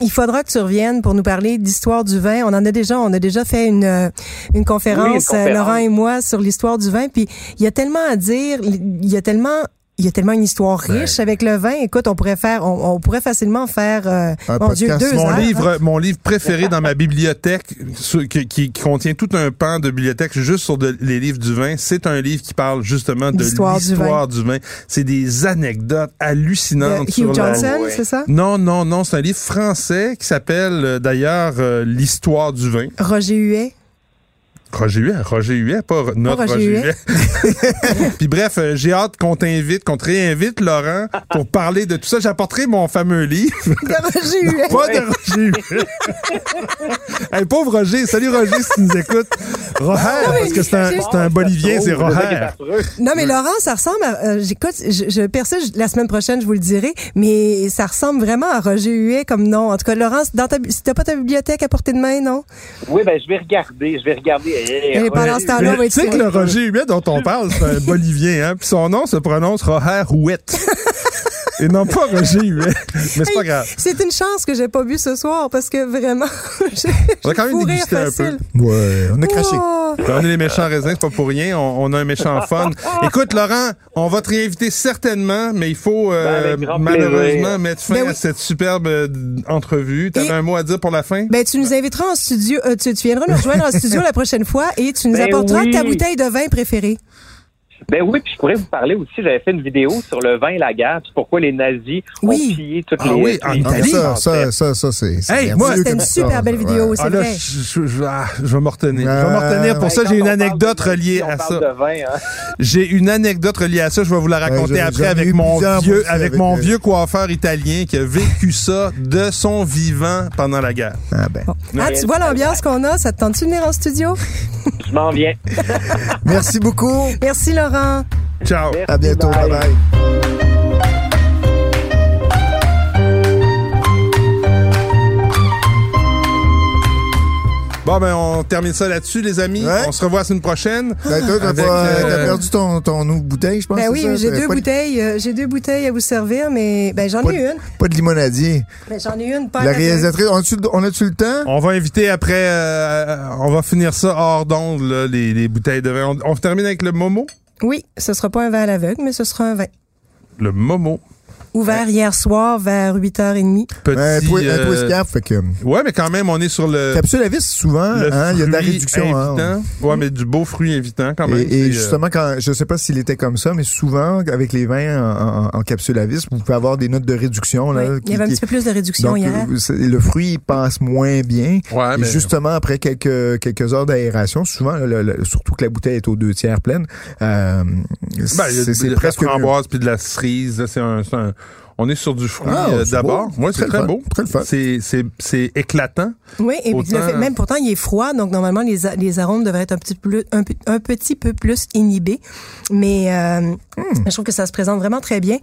[SPEAKER 3] il faudra que tu reviennes pour nous parler d'histoire du vin. On en a déjà, on a déjà fait une euh, une conférence,
[SPEAKER 1] conférence.
[SPEAKER 3] euh, Laurent et moi sur l'histoire du vin. Puis il y a tellement à dire, il y a tellement il y a tellement une histoire riche avec le vin. Écoute, on pourrait faire, on, on pourrait facilement faire, euh,
[SPEAKER 4] Un
[SPEAKER 3] mon Dieu,
[SPEAKER 4] podcast,
[SPEAKER 3] deux
[SPEAKER 2] Mon
[SPEAKER 3] heures.
[SPEAKER 2] livre, mon livre préféré dans ma bibliothèque, ce- qui, qui- qui contient tout un pan de bibliothèque juste sur de- les livres du vin, c'est un livre qui parle justement de
[SPEAKER 3] L'histoire du
[SPEAKER 2] l'histoire du vin. C'est des anecdotes hallucinantes.
[SPEAKER 3] de
[SPEAKER 2] sur
[SPEAKER 3] euh, Hugh
[SPEAKER 2] la-
[SPEAKER 3] Johnson,
[SPEAKER 1] Ouais.
[SPEAKER 3] c'est ça?
[SPEAKER 2] Non, non, non, c'est un livre français qui s'appelle euh, d'ailleurs euh, L'histoire du vin.
[SPEAKER 3] Roger Huet.
[SPEAKER 2] Roger Huet, Roger Huet, pas Ro- notre
[SPEAKER 3] Roger
[SPEAKER 2] Roger,
[SPEAKER 3] Huet.
[SPEAKER 2] Huet. Puis bref, euh, j'ai hâte qu'on t'invite, qu'on te réinvite, Laurent, pour parler de tout ça. J'apporterai mon fameux livre.
[SPEAKER 3] Roger Huet.
[SPEAKER 2] Pas de Roger Huet. hey, pauvre Roger. Salut Roger si tu nous écoutes. Roher,
[SPEAKER 3] mais
[SPEAKER 2] parce que c'est un,
[SPEAKER 3] j'ai-
[SPEAKER 2] c'est un bolivien,
[SPEAKER 3] Oh,
[SPEAKER 2] c'est Roher.
[SPEAKER 3] ah Non, mais Laurent, ça ressemble à. euh, J'écoute, je, je perçais je- la semaine prochaine, je vous le dirai, mais ça ressemble vraiment à Roger Huet comme nom. En tout cas, Laurent, c'est dans ta, si t'as pas ta bibliothèque à portée de main, non?
[SPEAKER 1] Oui, ben je vais regarder, je vais regarder. Eh,
[SPEAKER 3] Et pendant ce temps-là, on va
[SPEAKER 2] Mais
[SPEAKER 3] être
[SPEAKER 2] Tu sais que
[SPEAKER 3] sur-
[SPEAKER 2] le Roger Huet dont on parle, c'est un bolivien, hein? Puis son nom se prononce Roher Huet. Et non pas Roger Huet. Mais c'est pas
[SPEAKER 3] Hey,
[SPEAKER 2] grave.
[SPEAKER 3] C'est une chance que j'ai pas bu ce soir parce que vraiment, j'ai
[SPEAKER 2] On a quand même
[SPEAKER 3] j'ai fourré
[SPEAKER 2] dégusté un peu.
[SPEAKER 3] facile.
[SPEAKER 4] Ouais, on a craché.
[SPEAKER 3] Oh!
[SPEAKER 2] Ben, on est les méchants raisins, c'est pas pour rien. On, on a un méchant fun. Écoute, Laurent, on va te réinviter certainement, mais il faut
[SPEAKER 1] Ben,
[SPEAKER 2] euh,
[SPEAKER 1] avec grand
[SPEAKER 2] malheureusement
[SPEAKER 1] plaisir.
[SPEAKER 2] mettre fin
[SPEAKER 3] Ben oui.
[SPEAKER 2] à cette superbe euh, entrevue. T'avais
[SPEAKER 3] Et-
[SPEAKER 2] un mot à dire pour la fin?
[SPEAKER 3] Ben, tu nous inviteras en studio, euh, tu, tu viendras nous rejoindre en studio la prochaine fois et tu nous
[SPEAKER 1] Ben
[SPEAKER 3] apporteras
[SPEAKER 1] oui.
[SPEAKER 3] ta bouteille de vin préférée.
[SPEAKER 1] Ben oui, puis je pourrais vous parler aussi, j'avais fait une vidéo sur le vin et la guerre, puis pourquoi les nazis
[SPEAKER 3] Oui.
[SPEAKER 1] ont pillé toutes
[SPEAKER 2] Ah
[SPEAKER 1] les...
[SPEAKER 2] oui, en
[SPEAKER 1] les-
[SPEAKER 2] Italie.
[SPEAKER 4] ça, ça, ça, ça, c'est. c'est
[SPEAKER 2] Hey,
[SPEAKER 4] merveilleux
[SPEAKER 2] moi,
[SPEAKER 4] comme
[SPEAKER 3] C'était une
[SPEAKER 4] histoire,
[SPEAKER 3] super belle
[SPEAKER 4] ça,
[SPEAKER 3] vidéo,
[SPEAKER 4] ouais.
[SPEAKER 3] c'est
[SPEAKER 2] Ah là,
[SPEAKER 3] vrai.
[SPEAKER 2] je, je- je- ah, je vais me retenir. Je vais me
[SPEAKER 4] Ah.
[SPEAKER 2] retenir. Pour
[SPEAKER 1] Ben,
[SPEAKER 2] ça,
[SPEAKER 1] quand
[SPEAKER 2] j'ai
[SPEAKER 1] on
[SPEAKER 2] une
[SPEAKER 1] parle de
[SPEAKER 2] anecdote
[SPEAKER 1] nazis,
[SPEAKER 2] reliée
[SPEAKER 1] on
[SPEAKER 2] à
[SPEAKER 1] parle
[SPEAKER 2] ça.
[SPEAKER 1] de vin, hein.
[SPEAKER 2] J'ai une anecdote reliée à ça, je vais vous la raconter
[SPEAKER 4] Ouais, j'en-
[SPEAKER 2] après
[SPEAKER 4] j'en ai
[SPEAKER 2] avec
[SPEAKER 4] eu
[SPEAKER 2] mon
[SPEAKER 4] plusieurs, moi
[SPEAKER 2] vieux
[SPEAKER 4] aussi,
[SPEAKER 2] avec
[SPEAKER 4] avec
[SPEAKER 2] mon
[SPEAKER 4] le-
[SPEAKER 2] vieux coiffeur italien qui a vécu ça de son vivant pendant la guerre.
[SPEAKER 4] Ah ben.
[SPEAKER 3] Ah, tu vois l'ambiance qu'on a, ça te tente-tu de venir en studio?
[SPEAKER 1] Je m'en viens.
[SPEAKER 4] Merci beaucoup.
[SPEAKER 3] Merci Laurent.
[SPEAKER 2] Ciao.
[SPEAKER 4] À bientôt. Bye bye.
[SPEAKER 2] Bon ben on termine ça là-dessus les amis.
[SPEAKER 4] Ouais.
[SPEAKER 2] On se revoit la semaine prochaine.
[SPEAKER 4] Ben, toi, t'as
[SPEAKER 2] Avec,
[SPEAKER 4] pas-
[SPEAKER 2] euh,
[SPEAKER 4] t'as perdu ton, ton autre bouteille, je pense.
[SPEAKER 3] Ben
[SPEAKER 4] c'est
[SPEAKER 3] oui,
[SPEAKER 4] ça?
[SPEAKER 3] j'ai
[SPEAKER 4] T'as
[SPEAKER 3] deux
[SPEAKER 4] pas de-
[SPEAKER 3] bouteilles, euh, j'ai deux bouteilles à vous servir, mais ben j'en
[SPEAKER 4] Pas
[SPEAKER 3] ai
[SPEAKER 4] de-
[SPEAKER 3] une.
[SPEAKER 4] Pas de limonadier.
[SPEAKER 3] Ben, j'en ai une. Pas
[SPEAKER 4] La
[SPEAKER 3] à
[SPEAKER 4] réalisatrice, on a-tu, on a-tu le temps?
[SPEAKER 2] On va inviter après, euh, on va finir ça hors d'onde, là, les, les bouteilles de vin. On, on termine avec le Momo.
[SPEAKER 3] Oui, ce sera pas un vin à l'aveugle, mais ce sera un vin.
[SPEAKER 2] Le Momo.
[SPEAKER 3] Ouvert hier soir vers 8h30.
[SPEAKER 2] Petit.
[SPEAKER 4] Un pois- un
[SPEAKER 2] euh,
[SPEAKER 4] poiscap, fait que.
[SPEAKER 2] ouais, mais quand même, on est sur le.
[SPEAKER 4] Capsule à vis, souvent,
[SPEAKER 2] le
[SPEAKER 4] hein, il y a de la
[SPEAKER 2] fruit
[SPEAKER 4] réduction. hein.
[SPEAKER 2] invitant. Ouais, mais du beau fruit invitant quand même.
[SPEAKER 4] Et, et
[SPEAKER 2] C'est, euh,
[SPEAKER 4] justement, quand, je sais pas s'il était comme ça, mais souvent, avec les vins en, en- en capsule à vis, vous pouvez avoir des notes de réduction. Là,
[SPEAKER 3] Oui, Il y avait un petit peu plus de réduction
[SPEAKER 4] donc,
[SPEAKER 3] hier.
[SPEAKER 4] euh, c'est- le fruit passe moins bien.
[SPEAKER 2] Ouais,
[SPEAKER 4] Et
[SPEAKER 2] mais-
[SPEAKER 4] justement, après quelques, quelques heures d'aération, souvent, le- le- surtout que la bouteille est aux deux tiers pleine, euh,
[SPEAKER 2] Ben, il y a
[SPEAKER 4] c'est
[SPEAKER 2] de,
[SPEAKER 4] c'est
[SPEAKER 2] de
[SPEAKER 4] presque
[SPEAKER 2] la
[SPEAKER 4] mieux.
[SPEAKER 2] framboise puis de la cerise. là, c'est un, c'est un- on est sur du fruit
[SPEAKER 4] Ah,
[SPEAKER 2] euh,
[SPEAKER 4] c'est
[SPEAKER 2] d'abord.
[SPEAKER 4] beau.
[SPEAKER 2] Ouais, c'est
[SPEAKER 4] Très
[SPEAKER 2] très
[SPEAKER 4] le fun,
[SPEAKER 2] beau.
[SPEAKER 4] très le fun.
[SPEAKER 2] C'est- C'est c'est éclatant.
[SPEAKER 3] Oui, et puis le
[SPEAKER 2] Autant-
[SPEAKER 3] fait- même pourtant, il est froid, donc normalement, les, a- les arômes devraient être un petit, peu, un, peu- un petit peu plus inhibés. Mais euh,
[SPEAKER 4] Hmm.
[SPEAKER 3] je trouve que ça se présente vraiment très bien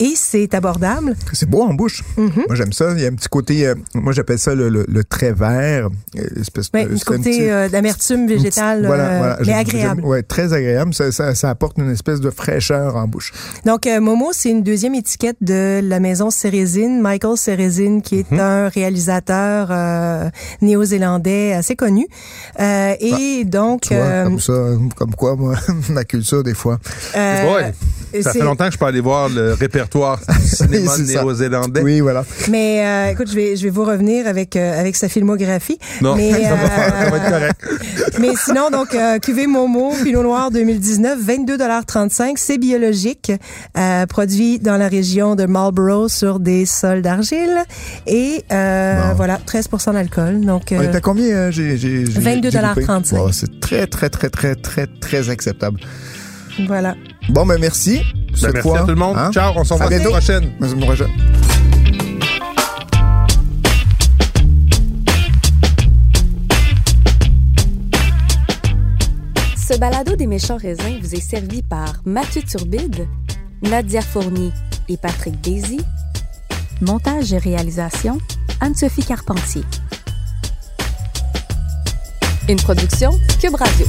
[SPEAKER 3] et c'est abordable.
[SPEAKER 4] C'est beau en bouche.
[SPEAKER 3] Mhm.
[SPEAKER 4] Moi, j'aime ça. Il y a un petit côté, euh, moi, j'appelle ça le, le- le trait vert. euh, espèce de-
[SPEAKER 3] Ouais, du
[SPEAKER 4] c'est un petit-
[SPEAKER 3] côté euh, d'amertume
[SPEAKER 4] une
[SPEAKER 3] végétale,
[SPEAKER 4] petite-
[SPEAKER 3] euh, mais
[SPEAKER 4] j'aime-
[SPEAKER 3] agréable.
[SPEAKER 4] j'aime- Ouais, très agréable. Ça, ça- ça apporte une espèce de fraîcheur en bouche.
[SPEAKER 3] Donc, euh, Momo, c'est une deuxième étiquette de la maison Cérésine, Michael Cérésine, qui
[SPEAKER 2] Mhm.
[SPEAKER 3] est un réalisateur euh, néo-zélandais assez connu. Euh, et
[SPEAKER 2] Bah,
[SPEAKER 3] donc,
[SPEAKER 4] Tu vois,
[SPEAKER 3] euh,
[SPEAKER 4] comme ça, comme quoi, moi, ma culture, des fois.
[SPEAKER 3] euh,
[SPEAKER 2] Ouais. Ça
[SPEAKER 3] c'est-
[SPEAKER 2] fait longtemps que je peux aller voir le répertoire du cinéma
[SPEAKER 4] c'est ça.
[SPEAKER 2] néo-zélandais.
[SPEAKER 4] Oui, voilà.
[SPEAKER 3] mais euh, écoute, je vais, je vais vous revenir avec euh, avec sa filmographie.
[SPEAKER 2] Non,
[SPEAKER 3] mais,
[SPEAKER 2] ça, va faire- ça va être
[SPEAKER 3] euh,
[SPEAKER 2] correct.
[SPEAKER 4] Ben,
[SPEAKER 3] Mais sinon, donc, euh, cuvée Momo, Pinot Noir 2019, 22,35 C'est biologique, euh, produit dans la région de Marlborough sur des sols d'argile. Et euh,
[SPEAKER 4] Bon.
[SPEAKER 3] voilà, 13 d'alcool. Donc,
[SPEAKER 4] On
[SPEAKER 3] euh,
[SPEAKER 4] est à combien? euh, j'ai- j'ai- j'ai-
[SPEAKER 3] 22,35.
[SPEAKER 4] j'ai loupé? Oh, c'est très, très, très, très, très, très acceptable.
[SPEAKER 3] voilà.
[SPEAKER 4] Bon, ben, merci.
[SPEAKER 2] Ben,
[SPEAKER 4] Cette
[SPEAKER 2] merci
[SPEAKER 4] fois,
[SPEAKER 2] à tout le monde.
[SPEAKER 4] hein? Ben,
[SPEAKER 2] Ciao, on se
[SPEAKER 4] À
[SPEAKER 2] revoit la semaine
[SPEAKER 4] bientôt.
[SPEAKER 2] prochaine.
[SPEAKER 4] À la semaine prochaine.
[SPEAKER 5] Ce balado des méchants raisins vous est servi par Mathieu Turbide, Nadia Fournier et Patrick Daisy. Montage et réalisation, Anne-Sophie Carpentier. Une production Cube Radio.